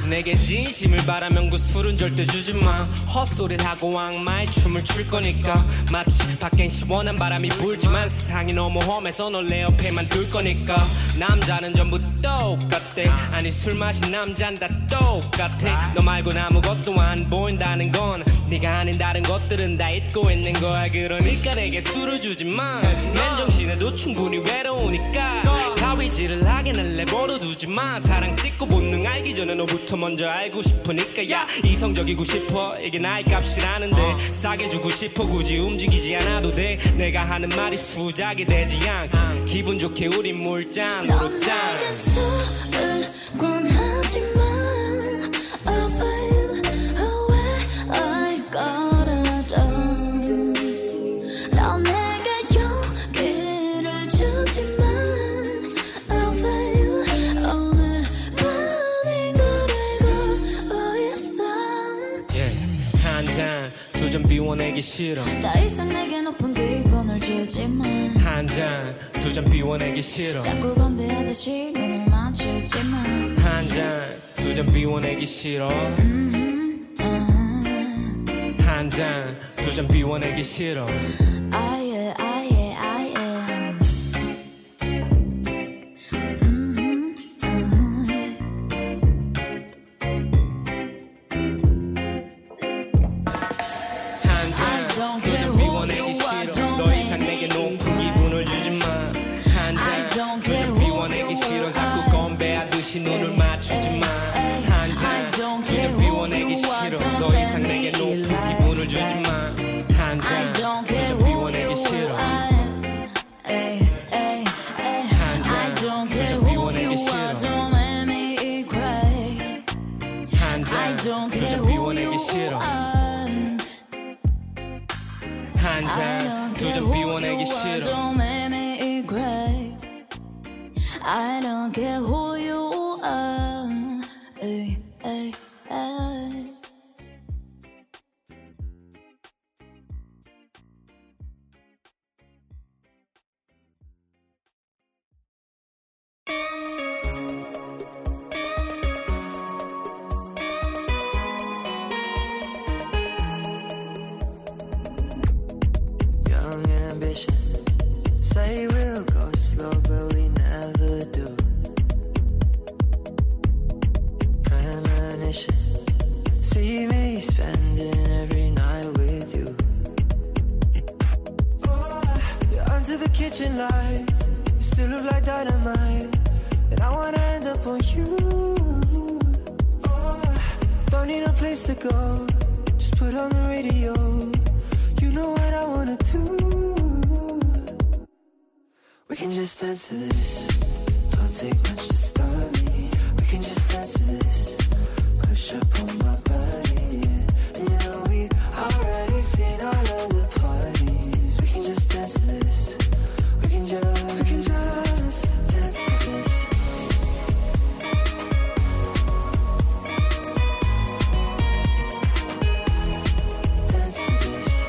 S5: 내게 진심을 바라면 그 술은 절대 주지 마 헛소리를 하고 악마의 춤을 출 거니까 마치 밖엔 시원한 바람이 불지만 세상이 너무 험해서 널 내 옆에만 둘 거니까 남자는 전부 똑같대 아니 술 마신 남잔 다 똑같아 너 말고는 아무것도 안 보인다는 건 네가 아닌 다른 것들은 다 잊고 있는 거야 그러니까 내게 술을 주지 마난 정신에도 충분히 외로우니까 가위질을 하긴 할래 버려두지 마 사랑 찍고 본능 알기 전에 너부터 먼저 알고 싶으니까 야 이성적이고 싶어 이게 나의 값이라는데 싸게 주고 싶어 굳이 움직이지 않아도 돼 내가 하는 말이 수작이 되지 않 기분 좋게 우린 물잔으로 짠
S4: 내게 술을 권하지만 Avail away 알 거라던 넌 내게 용기를 주지만 Avail 오늘 밤이 거를 걸고 있어
S5: 예. 한잔두잔 비워내기 싫어
S4: 더 이상 내게 높은 기분을 주지만
S5: 한잔두잔 비워내기 싫어
S4: 자꾸 건배하듯이 눈을 맞추지만
S5: 한잔두잔 비워내기 싫어
S4: 아.
S5: 한잔두잔 비워내기 싫어
S4: 아예 아예 아예 음, 아예. I don't care
S5: 한잔두잔
S4: who
S5: 비워내기
S4: you are,
S5: 싫어
S4: don't
S5: 더 이상
S4: make
S5: 내게
S4: me
S5: 높은
S4: cry.
S5: 기분을 주지마
S4: I don't care
S5: 한잔두잔
S4: who
S5: 비워내기
S4: you
S5: 싫어
S4: are.
S5: 자꾸 건배하듯이 눈을 맞추지마
S4: I don't care
S5: 한잔두잔
S4: who
S5: 비워내기
S4: you are,
S5: 싫어
S4: don't
S5: 더 이상
S4: let
S5: 내게
S4: me
S5: 높은
S4: lie
S5: 기분을
S4: back.
S5: 주지마
S4: I
S5: mm-hmm.
S4: don't care
S5: 한잔두잔
S4: who
S5: 비워내기
S4: you
S5: 싫어
S4: are. Eh, Ay, ay, ay. eh. I don't care who you are. Don't let me cry. I don't care
S5: 한잔두잔
S4: who
S5: 비워내기
S4: you
S5: 싫어
S4: are. I don't care
S5: 한잔두잔
S4: who
S5: 비워내기
S4: you are.
S5: 싫어
S4: Don't let me cry. I don't care who you are. eh, Ay, ay, ay.
S6: Young ambition. Say we'll go slow, but we never do. Premonition. See me spending every night with you. Oh, you're under the kitchen lights. You still look like dynamite. And I wanna end up on you. Oh, don't need a place to go. Just put on the radio. You know what I wanna do. We can just dance to this. Don't take much to start me. We can just dance to this. Push up on my body. Yeah. And you know we already seen all of the parties. We can just dance to this. We can just, we can just dance to this. Dance to this.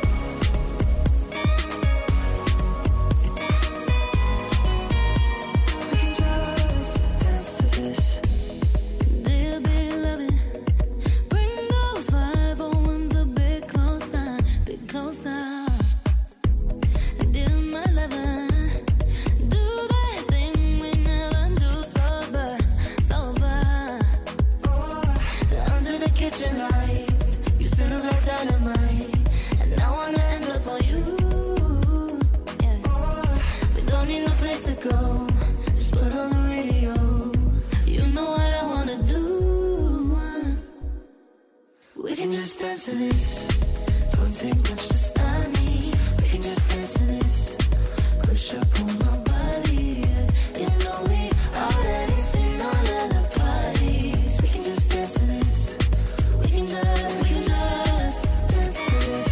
S6: We can just dance to this.
S4: Dear beloved, bring those 501s a bit closer, bit closer. And in go. Just put on the radio. You know what I wanna do. We can just dance to this. Don't take much to stop me. We can just dance to this. Push up on my body. yeah. You know we already seen on other parties. We can just dance to this. We can just, we can just dance to this.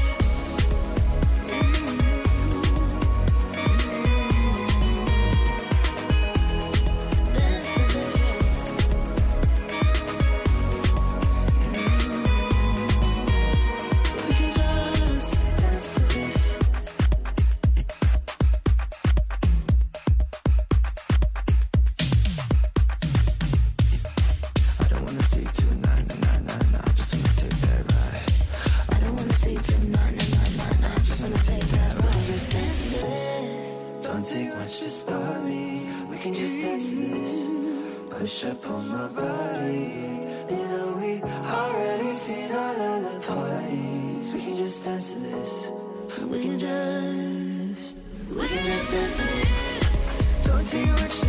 S4: Dance to this. We can just dance to this.
S6: I don't wanna see tonight, nah, nah, nah, nah. I'm just gonna take that ride.
S4: I don't wanna stay tonight, nah, nah, nah, nah. I just wanna take that ride. Just dance to this.
S6: Don't take much to stop me. We can just dance to this. Push up on my body. You know we already seen all of the parties. We can just dance to this.
S4: We can just, we can just dance to this.
S6: Don't take much to